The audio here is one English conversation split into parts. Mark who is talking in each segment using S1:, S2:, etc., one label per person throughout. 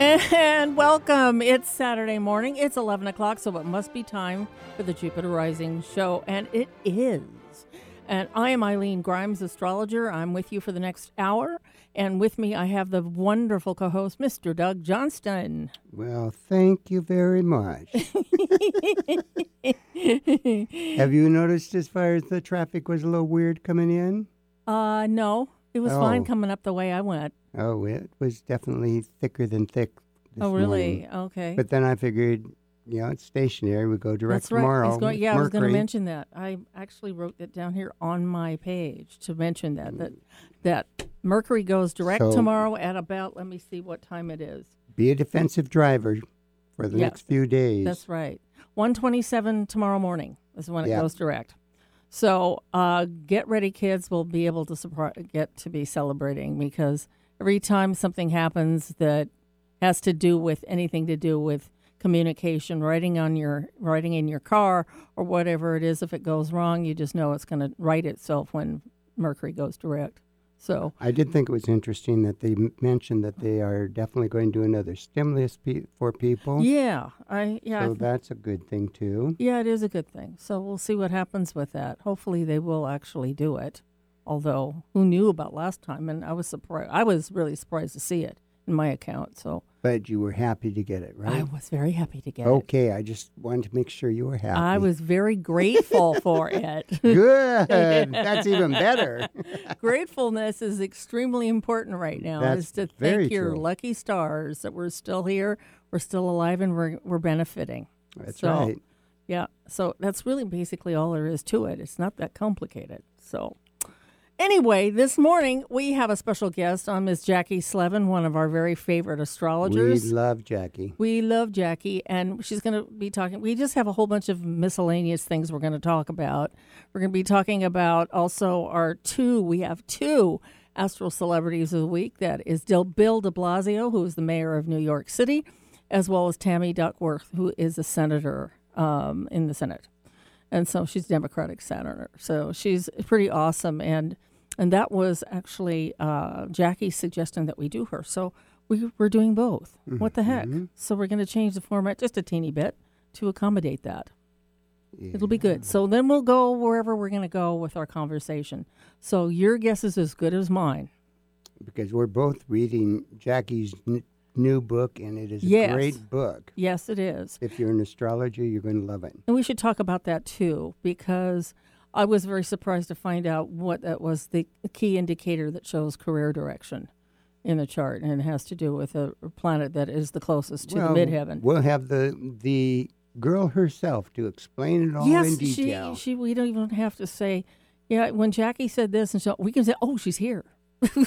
S1: And welcome. It's Saturday morning. It's 11 o'clock, so it must be time for the Jupiter Rising show. And it is. And I am Eileen Grimes, astrologer. I'm with you for the next hour. And with me, I have the wonderful co host, Mr. Doug Johnston.
S2: Well, thank you very much. Have you noticed as far as the traffic was a little weird coming in?
S1: Uh, no, it was fine
S2: Oh.
S1: coming up the way I went.
S2: Oh, it was definitely thicker than thick. This
S1: oh, really?
S2: morning.
S1: Okay.
S2: But then I figured, you know, it's stationary. We go direct
S1: That's right.
S2: tomorrow.
S1: I was going, yeah, I was going to
S2: Mercury.
S1: mention that. I actually wrote that down here on my page to mention that that that Mercury goes direct
S2: So-
S1: tomorrow at about. Let me see what time it is.
S2: Be a defensive driver for the
S1: Yes.
S2: next few days.
S1: That's right. One twenty-seven tomorrow morning is when it
S2: Yeah.
S1: goes direct. So uh, get ready, kids. We'll be able to surpri- get to be celebrating because every time something happens that has to do with anything to do with communication, writing on your writing in your car or whatever it is, if it goes wrong, you just know it's going to right itself when Mercury goes direct. So
S2: I did think it was interesting that they m- mentioned that they are definitely going to do another stimulus pe- for people.
S1: yeah, I yeah. I
S2: So
S1: think-
S2: that's a good thing, too.
S1: Yeah, it is a good thing. So we'll see what happens with that. Hopefully, they will actually do it. Although, who knew about last time? And I was surprised. I was really surprised to see it in my account. So
S2: But you were happy to get it, right?
S1: I was very happy to get it.
S2: Okay, I just wanted to make sure you were happy.
S1: I was very grateful for it.
S2: good. That's even better.
S1: Gratefulness is extremely important right now.
S2: That's
S1: is to
S2: very
S1: thank your
S2: true.
S1: lucky stars that we're still here, we're still alive, and we're we're benefiting.
S2: That's
S1: So-
S2: right.
S1: Yeah. So that's really basically all there is to it. It's not that complicated. So, anyway, this morning we have a special guest on Miss Jackie Slevin, one of our very favorite
S2: We
S1: astrologers.
S2: love Jackie.
S1: We love Jackie, and she's going to be talking. We just have a whole bunch of miscellaneous things we're going to talk about. We're going to be talking about also our two, we have two astral celebrities of the week. That is Del Bill de Blasio, who is the mayor of New York City, as well as Tammy Duckworth, who is a senator um, in the Senate and so she's Democratic senator. So she's pretty awesome, and and that was actually uh, Jackie's suggestion that we do her. So we we're doing both. What the heck? So we're going to change the format just a teeny bit to accommodate that. It'll be good. So then we'll go wherever we're going to go with our conversation. So your guess is as good as mine.
S2: Because we're both reading Jackie's n- new book, and it is
S1: Yes.
S2: a great book.
S1: Yes, it is.
S2: If you're an astrologer, you're going to love it.
S1: And we should talk about that too, because I was very surprised to find out what that was the key indicator that shows career direction in the chart, and it has to do with a planet that is the closest to
S2: Well,
S1: the midheaven.
S2: We'll have the the girl herself to explain it all in
S1: yes, she,
S2: detail.
S1: she. We don't even have to say, yeah. When Jackie said this, and so we can say, oh, she's here.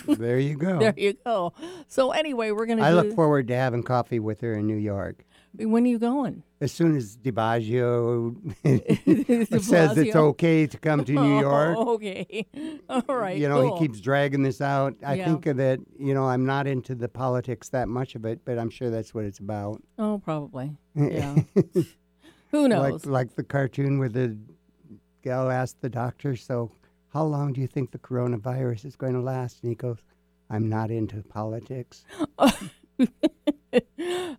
S2: there you go.
S1: There you go. So anyway, we're gonna.
S2: I
S1: do,
S2: look forward to having coffee with her in New York.
S1: When are you going?
S2: As soon as DiBaggio says
S1: Blasio.
S2: it's okay to come to New York,
S1: Oh, okay. All right.
S2: you know,
S1: cool.
S2: he keeps dragging this out. I
S1: Yeah.
S2: think that, you know, I'm not into the politics that much of it, but I'm sure that's what it's about.
S1: Oh, probably. Yeah. Who knows?
S2: Like like the cartoon where the gal asked the doctor, so how long do you think the coronavirus is going to last? And he goes, I'm not into politics.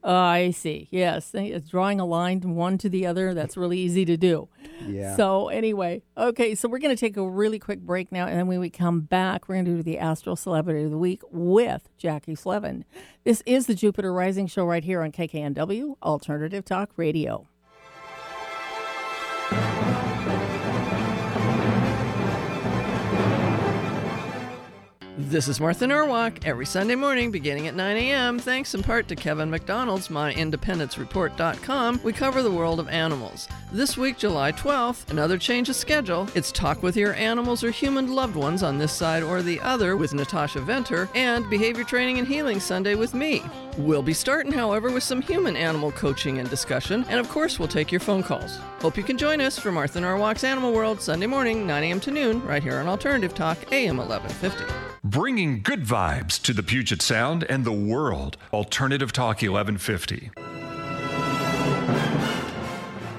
S1: Oh, I see. Yes, eh, it's drawing a line from one to the other. That's really easy to do.
S2: Yeah.
S1: So anyway, okay. So we're going to take a really quick break now, and then when we come back, we're going to do the Astral Celebrity of the Week with Jackie Slevin. This is the Jupiter Rising Show right here on KKNW Alternative Talk Radio.
S3: This is Martha Norwalk every Sunday morning beginning at 9 a.m. Thanks in part to Kevin McDonald's MyIndependenceReport.com, we cover the world of animals. This week, July 12th, another change of schedule. It's Talk with Your Animals or Human Loved Ones on this side or the other with Natasha Venter, and Behavior Training and Healing Sunday with me. We'll be starting, however, with some human animal coaching and discussion, and of course, we'll take your phone calls. Hope you can join us for Martha Norwalk's Animal World Sunday morning, 9 a.m. to noon, right here on Alternative Talk, AM 1150.
S4: Bringing good vibes to the Puget Sound and the world. Alternative Talk 1150.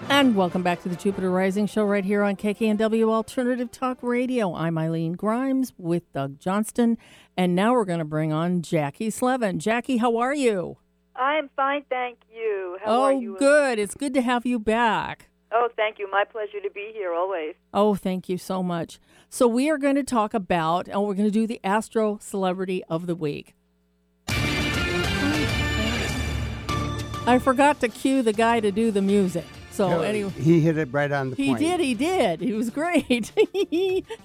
S1: And welcome back to the Jupiter Rising Show right here on KKNW Alternative Talk Radio. I'm Eileen Grimes with Doug Johnston. And now we're going to bring on Jackie Slevin. Jackie, how are you?
S5: I'm fine, thank you. How
S1: oh,
S5: are you?
S1: good. It's good to have you back.
S5: Oh, thank you. My pleasure to be here always.
S1: Oh, thank you so much. So, we are going to talk about, and we're going to do the Astro Celebrity of the Week. I forgot to cue the guy to do the music. So,
S2: No,
S1: anyway.
S2: he hit it right on the
S1: He
S2: point.
S1: did. He did. He was great.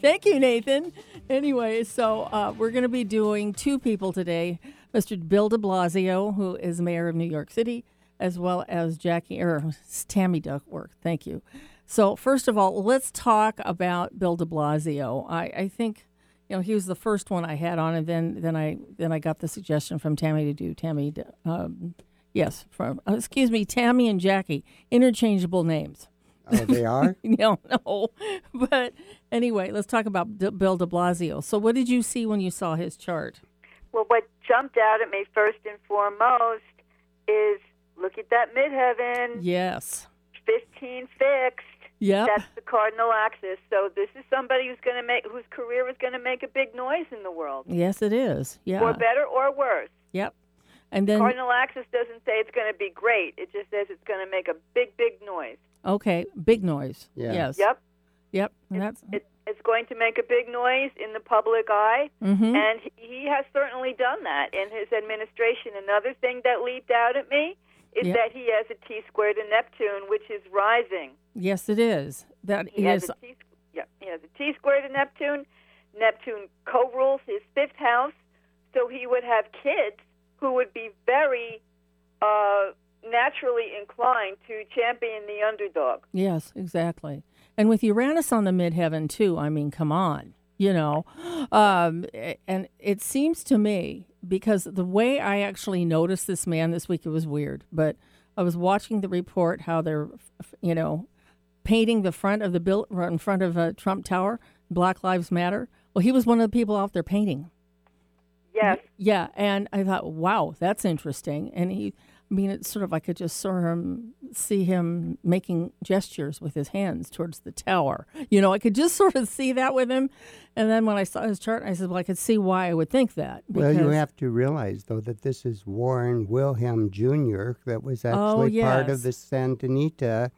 S1: Thank you, Nathan. Anyway, so uh, we're going to be doing two people today: Mr. Bill De Blasio, who is mayor of New York City, as well as Jackie or Tammy Duckworth. Thank you. So first of all, let's talk about Bill De Blasio. I, I think you know he was the first one I had on, and then then I then I got the suggestion from Tammy to do Tammy. D- Um, yes, from uh, excuse me, Tammy and Jackie, interchangeable names.
S2: Oh, they are.
S1: I don't know. But anyway, let's talk about D- Bill de Blasio. So, what did you see when you saw his chart?
S5: Well, what jumped out at me first and foremost is look at that midheaven,
S1: Yes.
S5: 15 fixed.
S1: Yep.
S5: That's the cardinal axis. So this is somebody who's going to make whose career is going to make a big noise in the world,
S1: yes, it is. Yeah.
S5: for better or worse.
S1: Yep. And then,
S5: cardinal axis doesn't say it's going to be great. It just says it's going to make a big, big noise.
S1: okay, big noise.
S2: Yeah.
S1: Yes.
S5: Yep.
S1: Yep. And that's
S5: It, it's going to make a big noise in the public eye.
S1: mm-hmm.
S5: And he- he has certainly done that in his administration. Another thing that leaped out at me is
S1: Yeah.
S5: that he has a T squared in Neptune, which is rising.
S1: yes, it is. That
S5: He
S1: is
S5: has a T. squ- Yeah, he has a T squared in Neptune. Neptune co-rules his fifth house, so he would have kids who would be very uh, naturally inclined to champion the underdog.
S1: Yes, exactly. And with Uranus on the midheaven too, I mean, come on, you know. Um, a- and it seems to me because the way I actually noticed this man this week, it was weird. But I was watching the report how they're, f- you know, painting the front of the bill in front of a Trump Tower, Black Lives Matter. Well, he was one of the people out there painting.
S5: Yes,
S1: Yeah, and I thought, wow, that's interesting. And he, I mean, it's sort of I could just saw him, see him making gestures with his hands towards the tower. You know, I could just sort of see that with him. And then when I saw his chart, I said, well, I could see why I would think that.
S2: Well, you
S1: because-
S2: have to realize though that this is Warren Wilhelm Jr. that was
S1: Oh,
S2: actually part
S1: yes.
S2: of the Santa Anita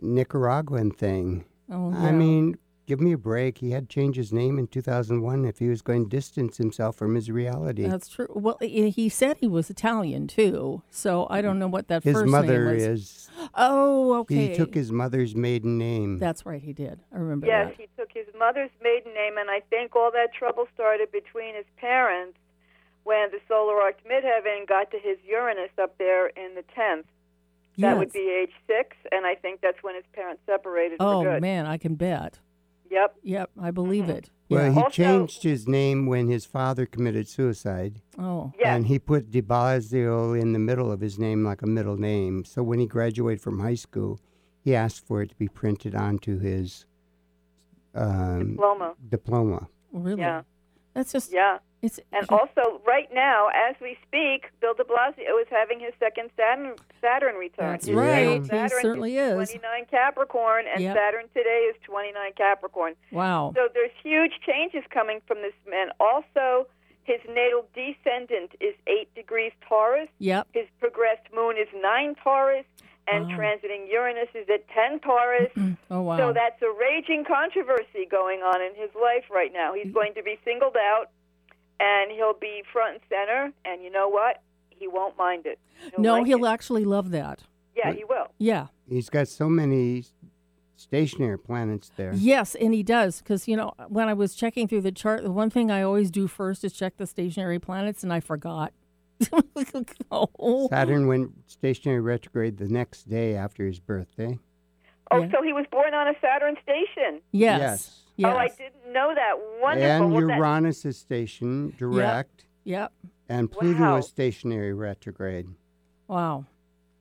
S2: Nicaraguan thing.
S1: Oh, yeah.
S2: I mean, give me a break. He had changed his name in 2001 if he was going to distance himself from his reality.
S1: that's true. Well, he he said he was Italian too, so I don't know what that
S2: his
S1: first
S2: mother
S1: name was.
S2: is.
S1: Oh, okay.
S2: He took his mother's maiden name.
S1: That's right, he did. I remember
S5: yes,
S1: that.
S5: he took his mother's maiden name, and I think all that trouble started between his parents when the solar arced midheaven got to his Uranus up there in the tenth. That would
S1: Yes.
S5: be age six, and I think that's when his parents separated
S1: Oh
S5: for good. Mm-hmm.
S1: man, I can bet.
S5: Yep.
S1: Yep, I believe it.
S2: well,
S1: Yeah.
S2: he
S5: Also-
S2: changed his name when his father committed suicide.
S1: Oh,
S5: Yes.
S2: And he put De Blasio in the middle of his name like a middle name. So when he graduated from high school, he asked for it to be printed onto his um,
S5: diploma.
S2: diploma.
S1: really?
S5: Yeah.
S1: That's just
S5: Yeah.
S1: It's
S5: And also, right now, as we speak, Bill de Blasio is having his second Saturn, Saturn return.
S1: That's
S2: Yeah.
S1: right.
S2: He
S5: Saturn
S1: He certainly is.
S5: 29 Capricorn, and
S1: Yep.
S5: Saturn today is 29 Capricorn.
S1: Wow.
S5: So there's huge changes coming from this man. Also, his natal descendant is 8 degrees Taurus.
S1: Yep.
S5: His progressed moon is 9 Taurus. And
S1: Wow.
S5: transiting Uranus is at 10 Taurus.
S1: Oh wow.
S5: So that's a raging controversy going on in his life right now.
S1: Mm.
S5: He's going to be singled out, and he'll be front and center. And you know what? He won't mind it.
S1: no,
S5: like
S1: he'll
S5: it.
S1: actually love that.
S5: Yeah, he will.
S1: Yeah.
S2: He's got so many s- stationary planets there.
S1: Yes, and he does because you know when I was checking through the chart, the one thing I always do first is check the stationary planets, and I forgot. oh.
S2: Saturn went stationary retrograde the next day after his birthday.
S5: Oh,
S1: Yeah.
S5: so he was born on a Saturn station.
S1: Yes.
S2: Yes.
S1: Yes.
S5: Oh, I didn't know that. Wonderful.
S2: And
S5: Well, that-
S2: Uranus is stationed direct,
S1: Yep.
S2: and Pluto
S5: Wow.
S2: is stationary retrograde.
S1: Wow.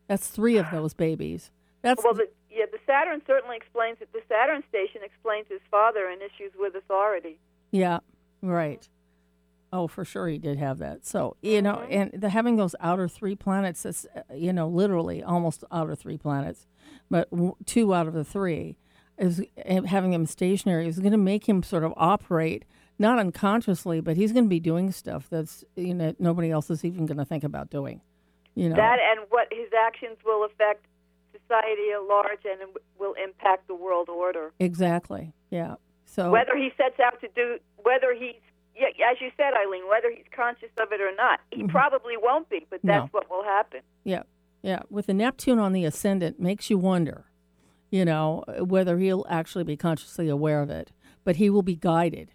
S1: That's three of those babies. That's
S5: well, the, yeah, the Saturn certainly explains it. The Saturn station explains his father and issues with authority.
S1: yeah. Right. Oh, for sure, he did have that. So you know, and the, having those outer three planets is, uh, you know, literally almost outer three planets, but w- two out of the three is and having him stationary is going to make him sort of operate not unconsciously, but he's going to be doing stuff that's you know nobody else is even going to think about doing. You know,
S5: That and what his actions will affect society at large and will impact the world order.
S1: exactly. Yeah. So
S5: Whether he sets out to do, whether he's, yeah, as you said, Eileen, whether he's conscious of it or not, he probably won't be, but that's
S1: No.
S5: what will happen.
S1: Yeah, yeah. With the Neptune on the ascendant, makes you wonder, you know, whether he'll actually be consciously aware of it. But he will be guided,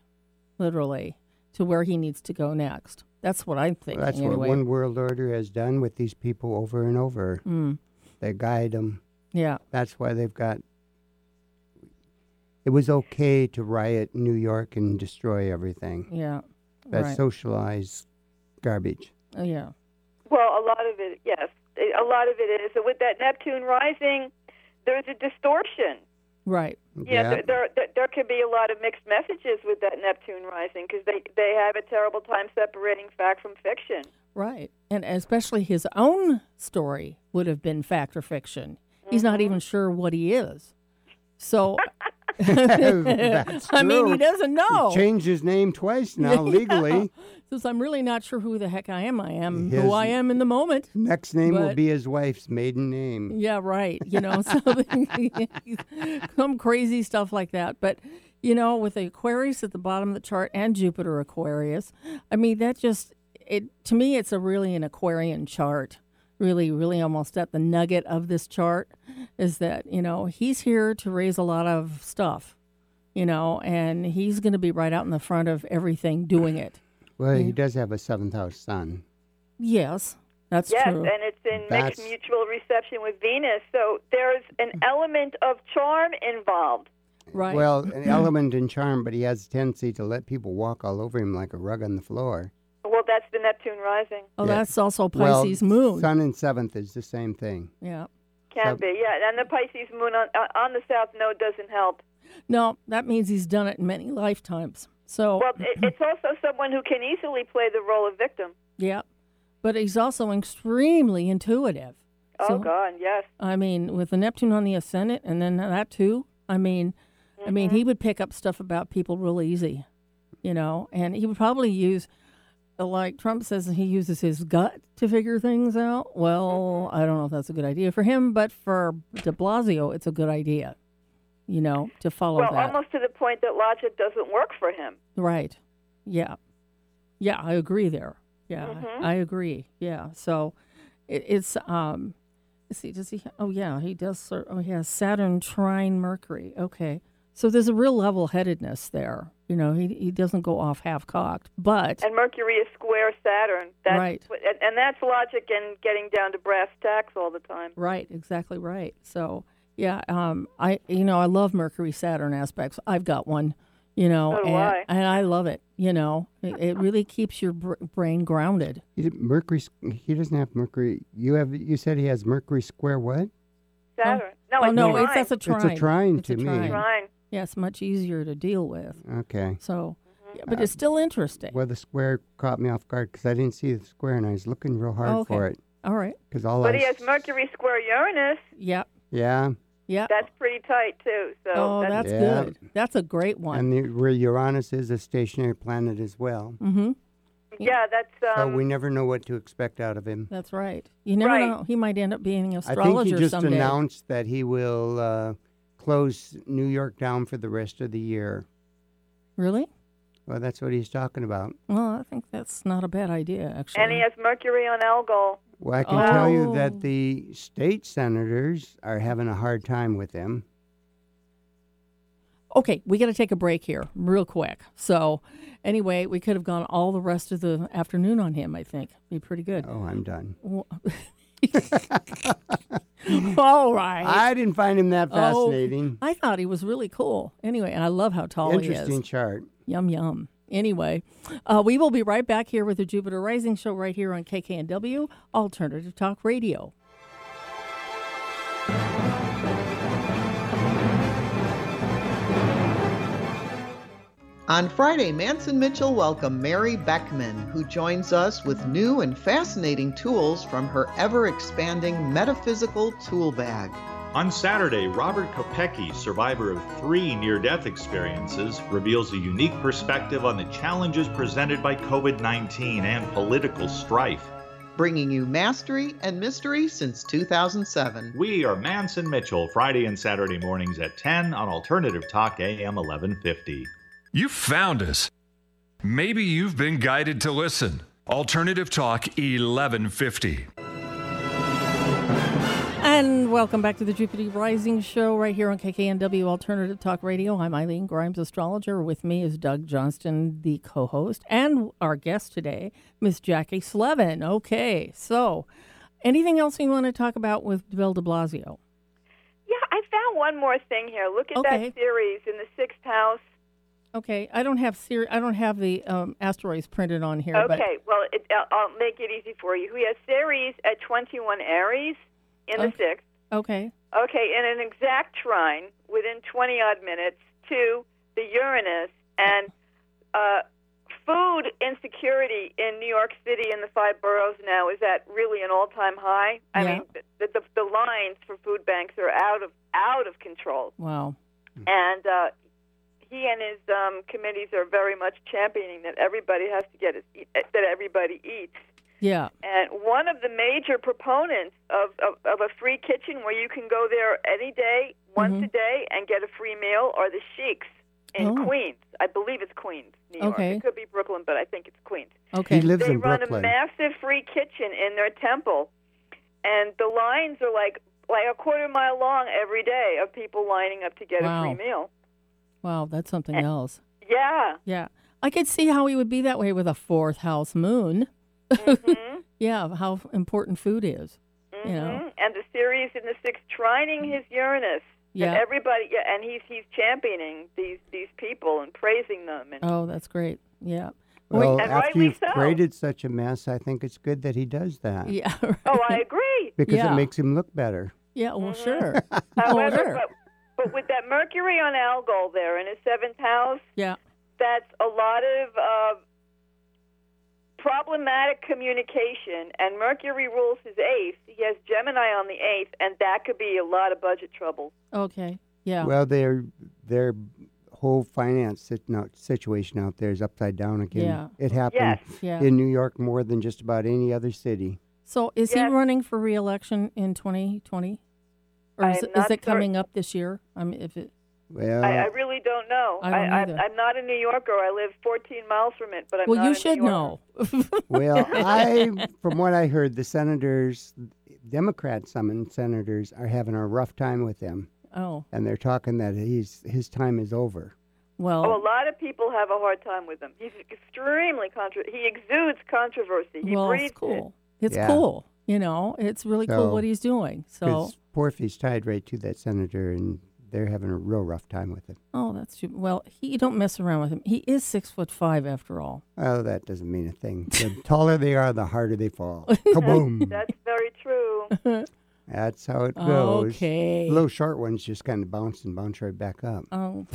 S1: literally, to where he needs to go next. That's what I'm thinking.
S2: that's what
S1: anyway.
S2: one world order has done with these people over and over.
S1: Mm,
S2: They guide them.
S1: yeah,
S2: That's why they've got. It was okay to riot in New York and destroy everything.
S1: yeah,
S2: That's
S1: right.
S2: socialized garbage.
S1: Uh, yeah,
S5: Well, a lot of it, yes, a lot of it is. So with that Neptune rising, there's a distortion.
S1: right.
S5: Yeah, there, there, there there could be a lot of mixed messages with that Neptune rising because they they have a terrible time separating fact from fiction.
S1: Right. And especially his own story would have been fact or fiction. He's not even sure what he is. So,
S2: That's
S1: I mean, he
S2: true.
S1: doesn't know.
S2: He changed his name twice now legally.
S1: Since I'm really not sure who the heck I am, I am
S2: His-
S1: who I am in the moment.
S2: Next name will
S1: But-
S2: be his wife's maiden name.
S1: Yeah, right. You know, so some crazy stuff like that. But you know, with the Aquarius at the bottom of the chart and Jupiter Aquarius, I mean, that just it to me, it's a really an Aquarian chart. Really, really, almost at the nugget of this chart is that you know he's here to raise a lot of stuff, you know, and he's going to be right out in the front of everything doing it.
S2: Well, he does have a seventh house son.
S1: Yes, that's
S5: yes,
S1: true.
S5: and it's in
S2: That's-
S5: mixed mutual reception with Venus. So there's an
S1: Mm.
S5: element of charm involved.
S1: right.
S2: Well, an element and charm, but he has a tendency to let people walk all over him like a rug on the floor.
S5: Well, that's the Neptune rising.
S1: oh,
S2: yeah.
S1: that's also
S2: Well,
S1: Pisces moon.
S2: Sun and seventh is the same thing.
S1: yeah.
S2: So-
S5: Can be, yeah. And the Pisces moon on uh, on the south node doesn't help.
S1: No, that means he's done it many lifetimes. So,
S5: Well, it, it's also someone who can easily play the role of victim.
S1: yeah. But he's also extremely intuitive.
S5: Oh
S1: So,
S5: God, yes.
S1: I mean, with the Neptune on the ascendant and then that too, I mean, I mean,
S5: Mm-hmm.
S1: he would pick up stuff about people real easy, you know, and he would probably use like Trump says he uses his gut to figure things out. Well,
S5: Mm-hmm.
S1: I don't know if that's a good idea for him, but for de Blasio, it's a good idea, you know, to follow
S5: Well,
S1: that.
S5: almost to the point that logic doesn't work for him.
S1: Right. Yeah. Yeah, I agree there. Yeah,
S5: Mhm.
S1: I agree. Yeah. So it, it's um let's see, does he oh yeah, he does sort oh he has Saturn trine Mercury. Okay. So there's a real level headedness there. You know, he he doesn't go off half cocked. But
S5: And Mercury is square Saturn. That's
S1: Right.
S5: what- and, and that's logic and getting down to brass tacks all the time.
S1: right, exactly right. So yeah, um I you know, I love Mercury Saturn aspects. I've got one. You know,
S5: So do
S1: and,
S5: I.
S1: and I love it. You know, it, it really keeps your br- brain grounded.
S2: He did- Mercury, he doesn't have Mercury. You have. You said he has Mercury square what?
S5: Saturn.
S1: Oh,
S5: No, it's
S1: no,
S5: trine.
S1: it's, that's a
S2: It's a
S1: trine.
S2: trine
S1: It's
S2: to me.
S1: trine.
S5: trine.
S1: Yeah, it's much easier to deal with.
S2: Okay.
S1: So, yeah, but it's still interesting.
S2: Well, the square caught me off guard because I didn't see the square and I was looking real hard
S1: Oh, okay.
S2: for it
S1: All right.
S2: because all
S5: But
S2: I
S5: he has
S2: s-
S5: Mercury square Uranus.
S1: Yeah.
S2: Yeah,
S1: Yeah.
S5: That's pretty tight too. So
S1: oh,
S5: that's,
S1: that's,
S2: Yeah.
S1: good. That's a great one.
S2: and the, where Uranus is a stationary planet as well,
S1: mm-hmm.
S5: yeah, that's um,
S2: so we never know what to expect out of him.
S1: That's right. You never
S5: Right.
S1: know. He might end up being an
S2: I think he
S1: astrologer
S2: just
S1: someday.
S2: announced that he will uh, close New York down for the rest of the year.
S1: Really?
S2: Well, that's what he's talking about.
S1: Well, I think that's not a bad idea, actually.
S5: and he has Mercury on Algol.
S2: Well, I can tell you
S1: Oh.
S2: that the state senators are having a hard time with him.
S1: Okay, we got to take a break here, real quick. So, anyway, we could have gone all the rest of the afternoon on him. I think be pretty good.
S2: Oh, I'm done.
S1: all right.
S2: Oh. I didn't find him that
S1: Oh,
S2: fascinating.
S1: I thought he was really cool. Anyway, and I love how tall Oh, he
S2: Interesting
S1: is.
S2: chart.
S1: Yum yum. Anyway, uh, we will be right back here with the Jupiter Rising show right here on KKNW Alternative Talk Radio.
S6: On Friday, Manson Mitchell welcomed Mary Beckman, who joins us with new and fascinating tools from her ever expanding metaphysical tool bag.
S7: On Saturday, Robert Kopecki, survivor of three near death experiences, reveals a unique perspective on the challenges presented by COVID 19 and political strife.
S6: Bringing you mastery and mystery since 2007.
S7: We are Manson Mitchell, Friday and Saturday mornings at 10 on Alternative Talk AM 1150.
S4: You found us. Maybe you've been guided to listen. Alternative Talk 1150.
S1: And welcome back to the Jupiter Rising Show right here on KKNW Alternative Talk Radio. I'm Eileen Grimes, astrologer. With me is Doug Johnston, the co host, and our guest today, Miss Jackie Slevin. Okay, so anything else we want to talk about with Bill de Blasio?
S5: Yeah, I found one more thing here. Look at
S1: Okay.
S5: that series in the sixth house.
S1: Okay, I don't have ser- I don't have the um, asteroids printed on here, but
S5: Okay, well, it, I'll- I'll make it easy for you. We have Ceres at 21 Aries in the
S1: Okay.
S5: sixth.
S1: okay,
S5: Okay, in an exact trine within 20 odd minutes to the Uranus and uh, food insecurity in New York City and the five boroughs now is at really an all time high. I
S1: Yeah.
S5: mean, the, the, the lines for food banks are out of out of control,
S1: wow,
S5: and uh, he and his um, committees are very much championing that everybody has to get his, e, that everybody eats.
S1: yeah,
S5: And one of the major proponents of, of, of a free kitchen where you can go there any day, once a day, and get a free meal are the Sheiks in
S1: Mm-hmm. Oh.
S5: Queens. I believe it's Queens, New York.
S1: Okay.
S5: It could be Brooklyn, but I think it's Queens.
S1: okay,
S2: He lives
S5: they
S2: in
S5: run
S2: Brooklyn.
S5: a massive free kitchen in their temple, and the lines are like like a quarter mile long every day of people lining up to get
S1: Wow.
S5: a free meal.
S1: wow, that's
S5: Eh.
S1: something else.
S5: Yeah.
S1: Yeah, I could see how he would be that way with a fourth house moon.
S5: Mhm.
S1: Yeah, of how important food is.
S5: hmm
S1: You know.
S5: And the series in the sixth, trining his Uranus.
S1: Yeah.
S5: And everybody, yeah, and he's he's championing these these people and praising them. And
S1: Oh, that's great. Yeah.
S2: Well,
S5: and
S2: after
S5: rightly
S2: you've
S5: so.
S2: created such a mess, I think it's good that he does that
S1: yeah.
S5: oh, I agree.
S2: because
S1: Yeah.
S2: it makes him look better.
S1: yeah. Well, sure. oh,
S5: However,
S1: sure.
S5: but, but with that Mercury on Algol there in his seventh house,
S1: Yeah.
S5: that's a lot of uh, problematic communication. And Mercury rules his eighth. He has Gemini on the eighth, and that could be a lot of budget trouble.
S1: Okay. Yeah.
S2: Well, their their whole finance sit- no, situation out there is upside down again.
S1: Yeah.
S2: It happened
S5: Yes.
S1: Yeah.
S2: in New York more than just about any other city.
S1: so, is
S5: Yes.
S1: he running for reelection in 2020, or
S5: I
S1: is,
S5: am
S1: is
S5: not
S1: it
S5: certain.
S1: coming up this year? I mean, if it.
S2: Well,
S5: I, I really don't know.
S1: I don't
S5: I,
S1: either.
S5: I'm, I'm not a New Yorker. I live 14 miles from it, but I'm
S1: well,
S5: not
S1: you
S5: a
S1: should
S5: New Yorker.
S1: know.
S2: well, I from what I heard, the senators, Democrat summoned senators, are having a rough time with him,
S1: oh.
S2: and they're talking that he's his time is over.
S5: Oh, a
S1: Well.
S5: lot of people have a hard time with him. He's extremely contro. He exudes controversy. He
S1: well,
S5: breathes
S1: it's cool. It's
S2: Yeah.
S1: cool. You know, it's really cool
S2: So,
S1: what he's doing. So.
S2: 'Cause Porfy's tied right to that senator, and they're having a real rough time with him.
S1: Oh, that's too. Well, he you don't mess around with him. He is six foot five after all.
S2: Oh, that doesn't mean a thing. The taller they are, the harder they fall.
S5: it.
S2: Kaboom!
S5: That's very true.
S2: That's how it goes.
S1: Okay.
S2: The little short ones just kind of bounce and bounce right back up.
S1: Oh,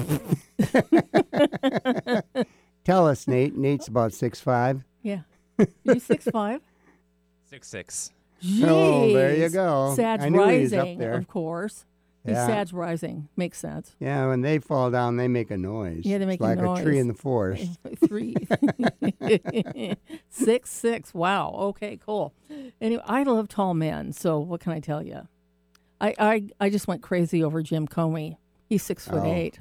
S2: Tell us, Nate. Nate's about six five.
S1: yeah. you six five.
S8: Six six.
S2: Oh, there you
S1: Jeez.
S2: go.
S1: Sag
S2: I knew he was
S1: rising,
S2: up there.
S1: of course. He's
S2: Yeah.
S1: Sag rising. Makes sense.
S2: Yeah, when they fall down, they make a noise.
S1: Yeah, they
S2: It's
S1: make a
S2: like a tree
S1: noise.
S2: in the forest.
S1: Three, six, six. Wow. Okay, cool. Anyway, I love tall men. So what can I tell you? I I, I just went crazy over Jim Comey. He's six foot
S2: Oh.
S1: eight.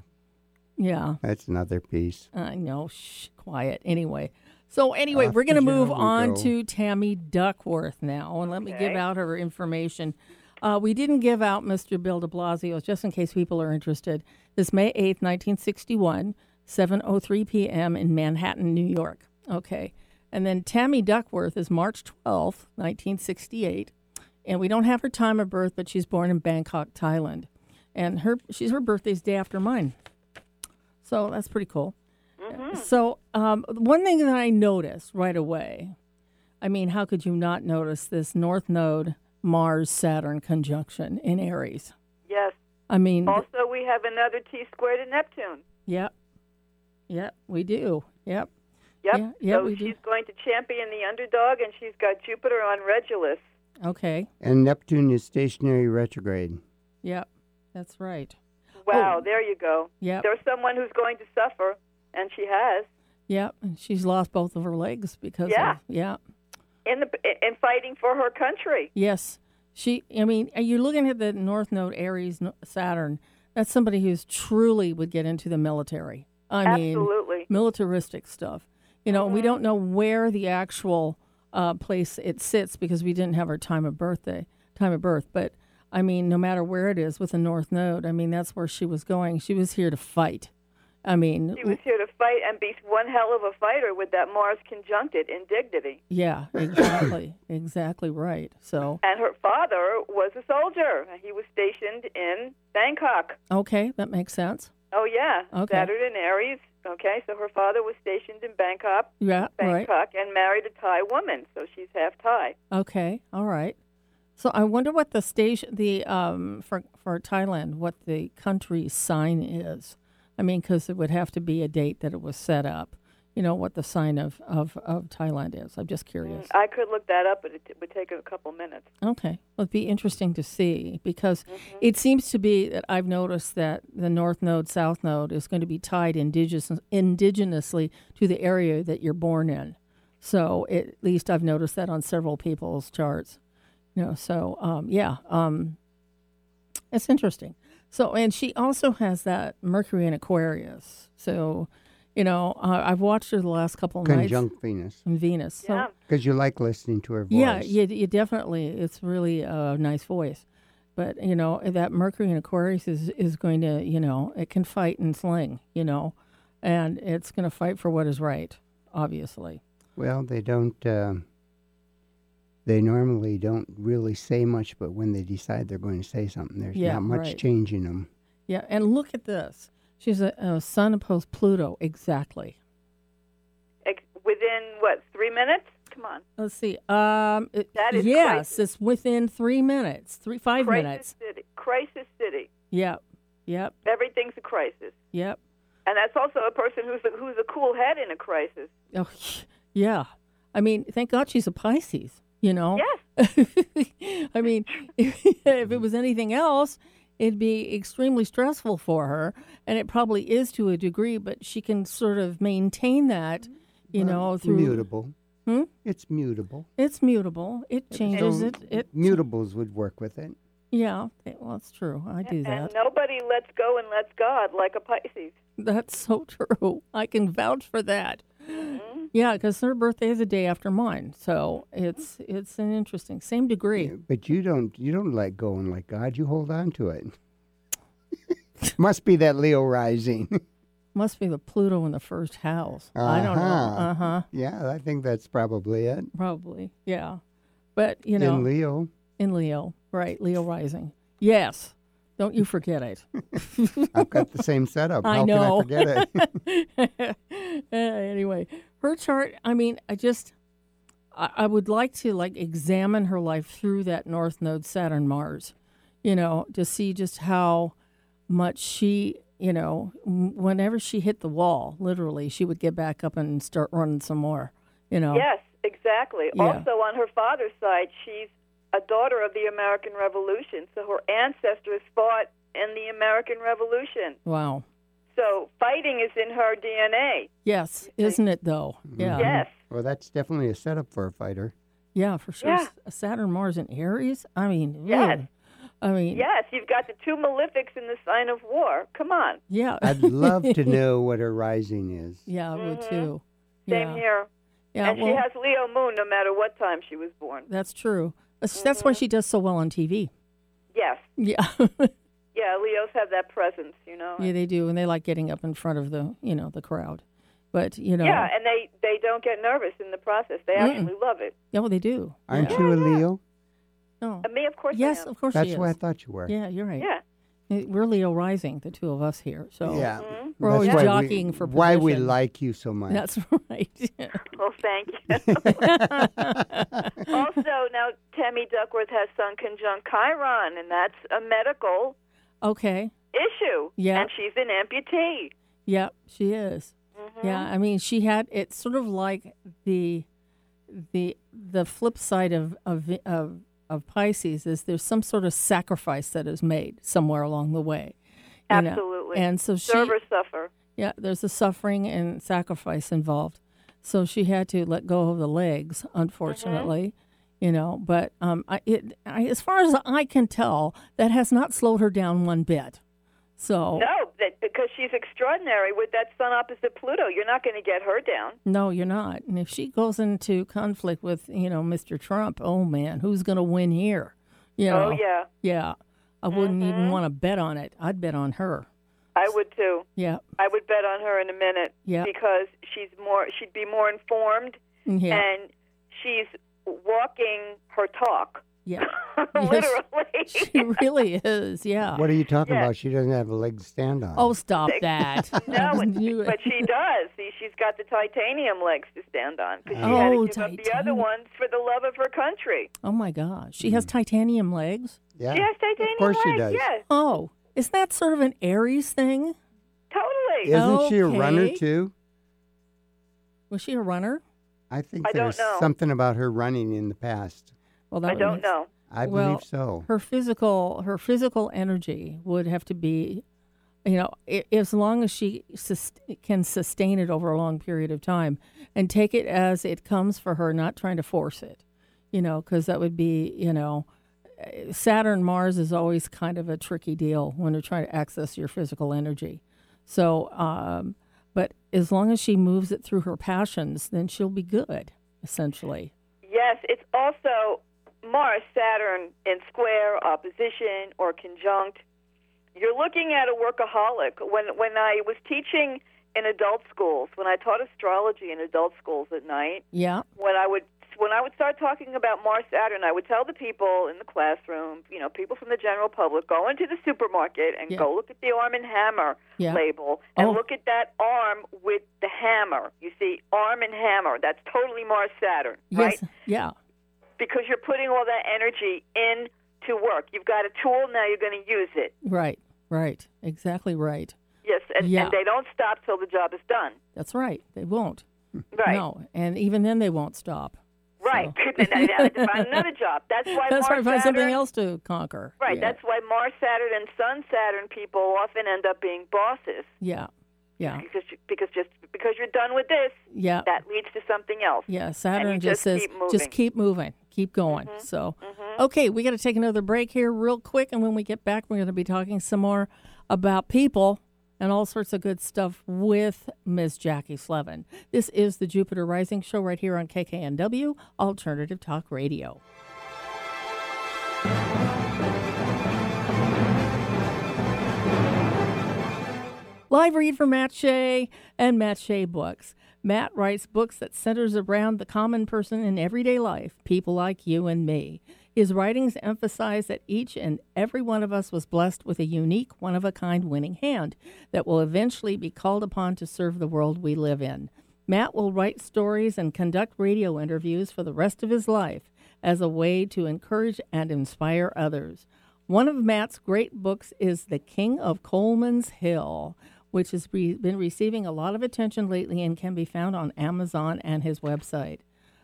S1: Yeah.
S2: That's another piece.
S1: I know. Shh, quiet. Anyway. So anyway,
S2: Off
S1: we're
S2: to
S1: going to move
S2: jail Uh, we
S1: on
S2: go.
S1: to Tammy Duckworth now, and let me give
S5: Okay.
S1: out her information. Uh, we didn't give out Mr. Bill De Blasio's, just in case people are interested. This May eighth, nineteen sixty-one, seven o three p.m. in Manhattan, New York. Okay, and then Tammy Duckworth is March twelfth, nineteen sixty-eight, and we don't have her time of birth, but she's born in Bangkok, Thailand, and her she's her birthday's day after mine. So that's pretty cool. So um, one thing that I noticed right away, I mean, how could you not notice this North Node Mars Saturn conjunction in Aries?
S5: Yes.
S1: I mean,
S5: Also, we have another T squared in Neptune.
S1: yeah, Yep, we do. Yep.
S5: Yep.
S1: Yeah, yeah,
S5: so
S1: we do.
S5: she's going to champion the underdog, and she's got Jupiter on Regulus.
S1: Okay.
S2: And Neptune is stationary retrograde.
S1: Yep. That's right.
S5: Wow,
S1: Oh.
S5: there you go.
S1: Yep.
S5: There's someone who's going to suffer, and she has
S1: Yep. And she's lost both of her legs because
S5: Yeah.
S1: of yeah.
S5: in the in fighting for her country.
S1: Yes. She, I mean, are you looking at the North Node Aries no- Saturn? That's somebody who's truly would get into the military. I mean,
S5: Absolutely.
S1: militaristic stuff. You know,
S5: Mm-hmm.
S1: we don't know where the actual uh, place it sits because we didn't have her time of birthday, time of birth. But I mean, no matter where it is with the North Node, I mean, that's where she was going. She was here to fight. I mean,
S5: She was here to fight and be one hell of a fighter with that Mars conjuncted indignity.
S1: yeah, exactly, exactly right. So,
S5: And her father was a soldier. He was stationed in Bangkok.
S1: okay, that makes sense.
S5: Oh yeah,
S1: Okay.
S5: Saturn and Aries. Okay, so her father was stationed in Bangkok,
S1: Yeah, right.
S5: Bangkok, and married a Thai woman, so she's half Thai.
S1: Okay, all right. So I wonder what the station, the um, for for Thailand, what the country sign is. I mean, because it would have to be a date that it was set up. You know what the sign of of, of Thailand is. I'm just curious.
S5: Mm, I could look that up, but it t- would take a couple minutes.
S1: Okay, well, it'd be interesting to see because it seems to be that I've noticed that the North Node, South Node is going to be tied indigenous indigenously to the area that you're born in. So it, at least I've noticed that on several people's charts. You know, so um, yeah, um, it's interesting. So, and she also has that Mercury in Aquarius. So, you know, uh, I've watched her the last couple of nights
S2: Conjunct Venus.
S1: in Venus. So,
S5: yeah.
S2: Because you like listening to her voice.
S1: yeah, yeah, yeah, definitely. It's really a nice voice. But, you know, that Mercury in Aquarius is, is going to, you know, it can fight and sling, you know, and it's going to fight for what is right, obviously.
S2: Well, they don't. Uh, they normally don't really say much, but when they decide they're going to say something, there's
S1: Yeah,
S2: not much
S1: right.
S2: change in them.
S1: Yeah, and look at this. She's a, a sun opposed Pluto, exactly.
S5: Ex- within what three minutes? Come on,
S1: Let's see. Um, it-
S5: That is
S1: yes,
S5: crisis.
S1: it's within three minutes, three five
S5: crisis
S1: minutes.
S5: city, crisis city.
S1: Yep, yep,
S5: Everything's a crisis,
S1: yep.
S5: and that's also a person who's a, who's a cool head in a crisis.
S1: Oh, yeah. I mean, thank God she's a Pisces, you know? Yes. I mean, if, if it was anything else, it'd be extremely stressful for her. And it probably is to a degree, but she can sort of maintain that, you know, through.
S2: mutable.
S1: Hmm?
S2: It's mutable.
S1: It's mutable. It changes
S2: So
S1: it. It
S2: mutables would work with it.
S1: Yeah. it- well, it's true. I do
S5: And uh,
S1: that.
S5: nobody lets go and lets God like a Pisces.
S1: That's so true. I can vouch for that. Yeah, because her birthday is a day after mine, so it's it's an interesting same degree.
S2: But you don't. You don't let go and let God. You hold on to it. Must be that Leo rising.
S1: Must be the Pluto in the first house. I don't know.
S2: Uh-huh.
S1: Uh huh.
S2: yeah, I think that's probably it.
S1: Probably. Yeah. But, you know,
S2: In Leo,
S1: in Leo, right? Leo rising. Yes. Don't you forget it.
S2: I've got the same setup.
S1: I
S2: How
S1: know.
S2: can I forget it?
S1: Uh, anyway, her chart, I mean, I just, I, I would like to like examine her life through that North Node Saturn Mars, you know, to see just how much she, you know, m- whenever she hit the wall, literally, she would get back up and start running some more, you know.
S5: Yes, exactly.
S1: Yeah.
S5: Also, on her father's side, she's a daughter of the American Revolution, so her ancestors fought in the American Revolution.
S1: Wow.
S5: So fighting is in her DNA.
S1: Yes, isn't it though?
S2: Mm-hmm.
S1: Yeah.
S5: Yes.
S2: Well, that's definitely a setup for a fighter.
S1: Yeah, for sure.
S5: Yeah.
S1: S- Saturn, Mars, and Aries. I mean,
S5: Yes.
S1: man. I mean,
S5: Yes, you've got the two malefics in the sign of war. Come on.
S1: yeah.
S2: I'd love to know what her rising is.
S1: yeah, I would too.
S5: Mm-hmm. Same
S1: yeah.
S5: here.
S1: Yeah,
S5: and
S1: well,
S5: she has Leo Moon no matter what time she was born.
S1: that's true. That's, that's
S5: Mm-hmm.
S1: why she does so well on TV.
S5: Yes.
S1: Yeah.
S5: Yeah, Leos have that presence, you know.
S1: yeah, they do, and they like getting up in front of the, you know, the crowd. But you know,
S5: Yeah, and they they don't get nervous in the process. They
S1: Mm-mm.
S5: actually love it.
S1: yeah, well, they do.
S2: Aren't
S1: yeah.
S2: you a Leo?
S1: No.
S5: And me, of course. I
S1: Yes,
S5: am.
S1: of course. she
S2: That's
S1: is.
S2: what I thought you were.
S1: Yeah, you're right.
S5: Yeah.
S1: Uh, We're Leo rising, the two of us here. So
S2: Yeah.
S5: Mm-hmm.
S1: We're
S2: That's
S1: always
S2: why we-
S1: jockeying for
S2: Why we
S1: position.
S2: like you so much.
S1: that's right.
S5: Well, thank you. also, now Tammy Duckworth has Sun conjunct Chiron, and that's a medical
S1: okay.
S5: issue.
S1: Yeah.
S5: And she's an amputee.
S1: Yep, she is.
S5: Mm-hmm.
S1: Yeah, I mean, she had it's sort of like the the the flip side of of of, of Pisces is there's some sort of sacrifice that is made somewhere along the way. you know.
S5: Absolutely.
S1: And so she
S5: Serve or suffer.
S1: yeah, there's a suffering and sacrifice involved. So she had to let go of the legs, unfortunately.
S5: Mm-hmm.
S1: You know, but um, I, it, I, as far as I can tell, that has not slowed her down one bit. So
S5: No, that, because she's extraordinary with that sun opposite Pluto. You're not going to get her down.
S1: No, you're not. And if she goes into conflict with, you know, Mr. Trump, oh man, who's going to win here? You know,
S5: Oh, yeah. Mm-hmm.
S1: yeah. I wouldn't even want to bet on it. I'd bet on her.
S5: I would too.
S1: Yeah,
S5: I would bet on her in a minute
S1: Yeah.
S5: because she's more she'd be more informed
S1: Mm, yeah,
S5: and she's walking her talk.
S1: yeah.
S5: Literally.
S1: She really is. Yeah.
S2: What are you talking
S5: Yeah.
S2: about? She doesn't have a leg to stand on.
S1: Oh, stop that! I
S5: No,
S1: just
S5: and-
S1: knew it.
S5: but she does. See, she's got the titanium legs to stand on because she had
S1: Oh,
S5: to give up the other
S1: titanium.
S5: ones for the love of her country.
S1: oh my gosh, she
S2: Hmm.
S1: has titanium legs.
S2: yeah.
S5: She has titanium
S2: Of course
S5: legs.
S2: she does.
S5: Yes,
S1: Oh, is that sort of an Aries thing?
S5: totally.
S2: Isn't she a runner
S1: Okay.
S2: too?
S1: Was she a runner?
S2: I think
S5: I don't
S2: there's
S5: know.
S2: something about her running in the past.
S1: Well, that
S5: I
S1: would
S5: don't
S1: make-
S5: know.
S2: I
S1: Well,
S2: believe so.
S1: her physical her physical energy would have to be you know i as long as she sus- can sustain it over a long period of time and take it as it comes for her not trying to force it you know because that would be you know eh, saturn mars is always kind of a tricky deal when you're trying to access your physical energy so um but as long as she moves it through her passions then she'll be good essentially
S5: Yes, it's also Mars, Saturn in square opposition or conjunct. You're looking at a workaholic. When when I was teaching in adult schools, when I taught astrology in adult schools at night,
S1: yeah
S5: when I would when I would start talking about Mars Saturn, I would tell the people in the classroom, you know, people from the general public, go into the supermarket and
S1: Yeah.
S5: go look at the Arm and Hammer
S1: Yeah.
S5: label and
S1: Oh.
S5: look at that arm with the hammer. You see, Arm and Hammer. That's totally Mars Saturn, right?
S1: yes yeah
S5: Because you're putting all that energy in to work. You've got a tool now. You're going to use it.
S1: right right exactly right
S5: Yes, and,
S1: Yeah.
S5: and they don't stop till the job is done.
S1: That's right. They won't.
S5: Right.
S1: No. And even then, they won't stop.
S5: Right. then I have to find another job. That's why
S1: That's why I
S5: Mars
S1: find something
S5: Saturn-
S1: else to conquer.
S5: Right.
S1: Yeah.
S5: That's why Mars Saturn and Sun Saturn people often end up being bosses
S1: yeah. Yeah.
S5: because because just because you're done with this,
S1: Yeah.
S5: that leads to something else.
S1: yeah. Saturn
S5: you
S1: just
S5: just
S1: says,
S5: keep moving. Mm-hmm,
S1: just keep moving, keep going. So, okay, we got to take another break here, real quick. And when we get back, we're going to be talking some more about people and all sorts of good stuff with Miss Jackie Slevin. This is the Jupiter Rising Show right here on KKNW Alternative Talk Radio. Live read for Matt Shea and Matt Shea Books. Matt writes books that centers around the common person in everyday life, people like you and me. His writings emphasize that each and every one of us was blessed with a unique, one of a kind winning hand that will eventually be called upon to serve the world we live in. Matt will write stories and conduct radio interviews for the rest of his life as a way to encourage and inspire others. One of Matt's great books is The King of Coleman's Hill, which has re- been receiving a lot of attention lately and can be found on Amazon and his website.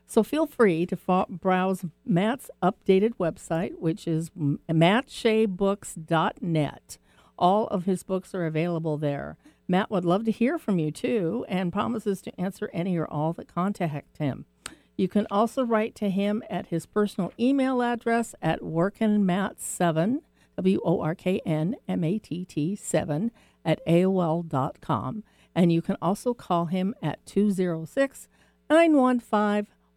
S1: So feel free to fo- browse Matt's updated website, which is m- mattshaybooks.net. All of his books are available there. Matt would love to hear from you too and promises to answer any or all that contact him. You can also write to him at his personal email address at workinmat7, W O R K N M A T T 7, at AOL.com. And you can also call him at 206 915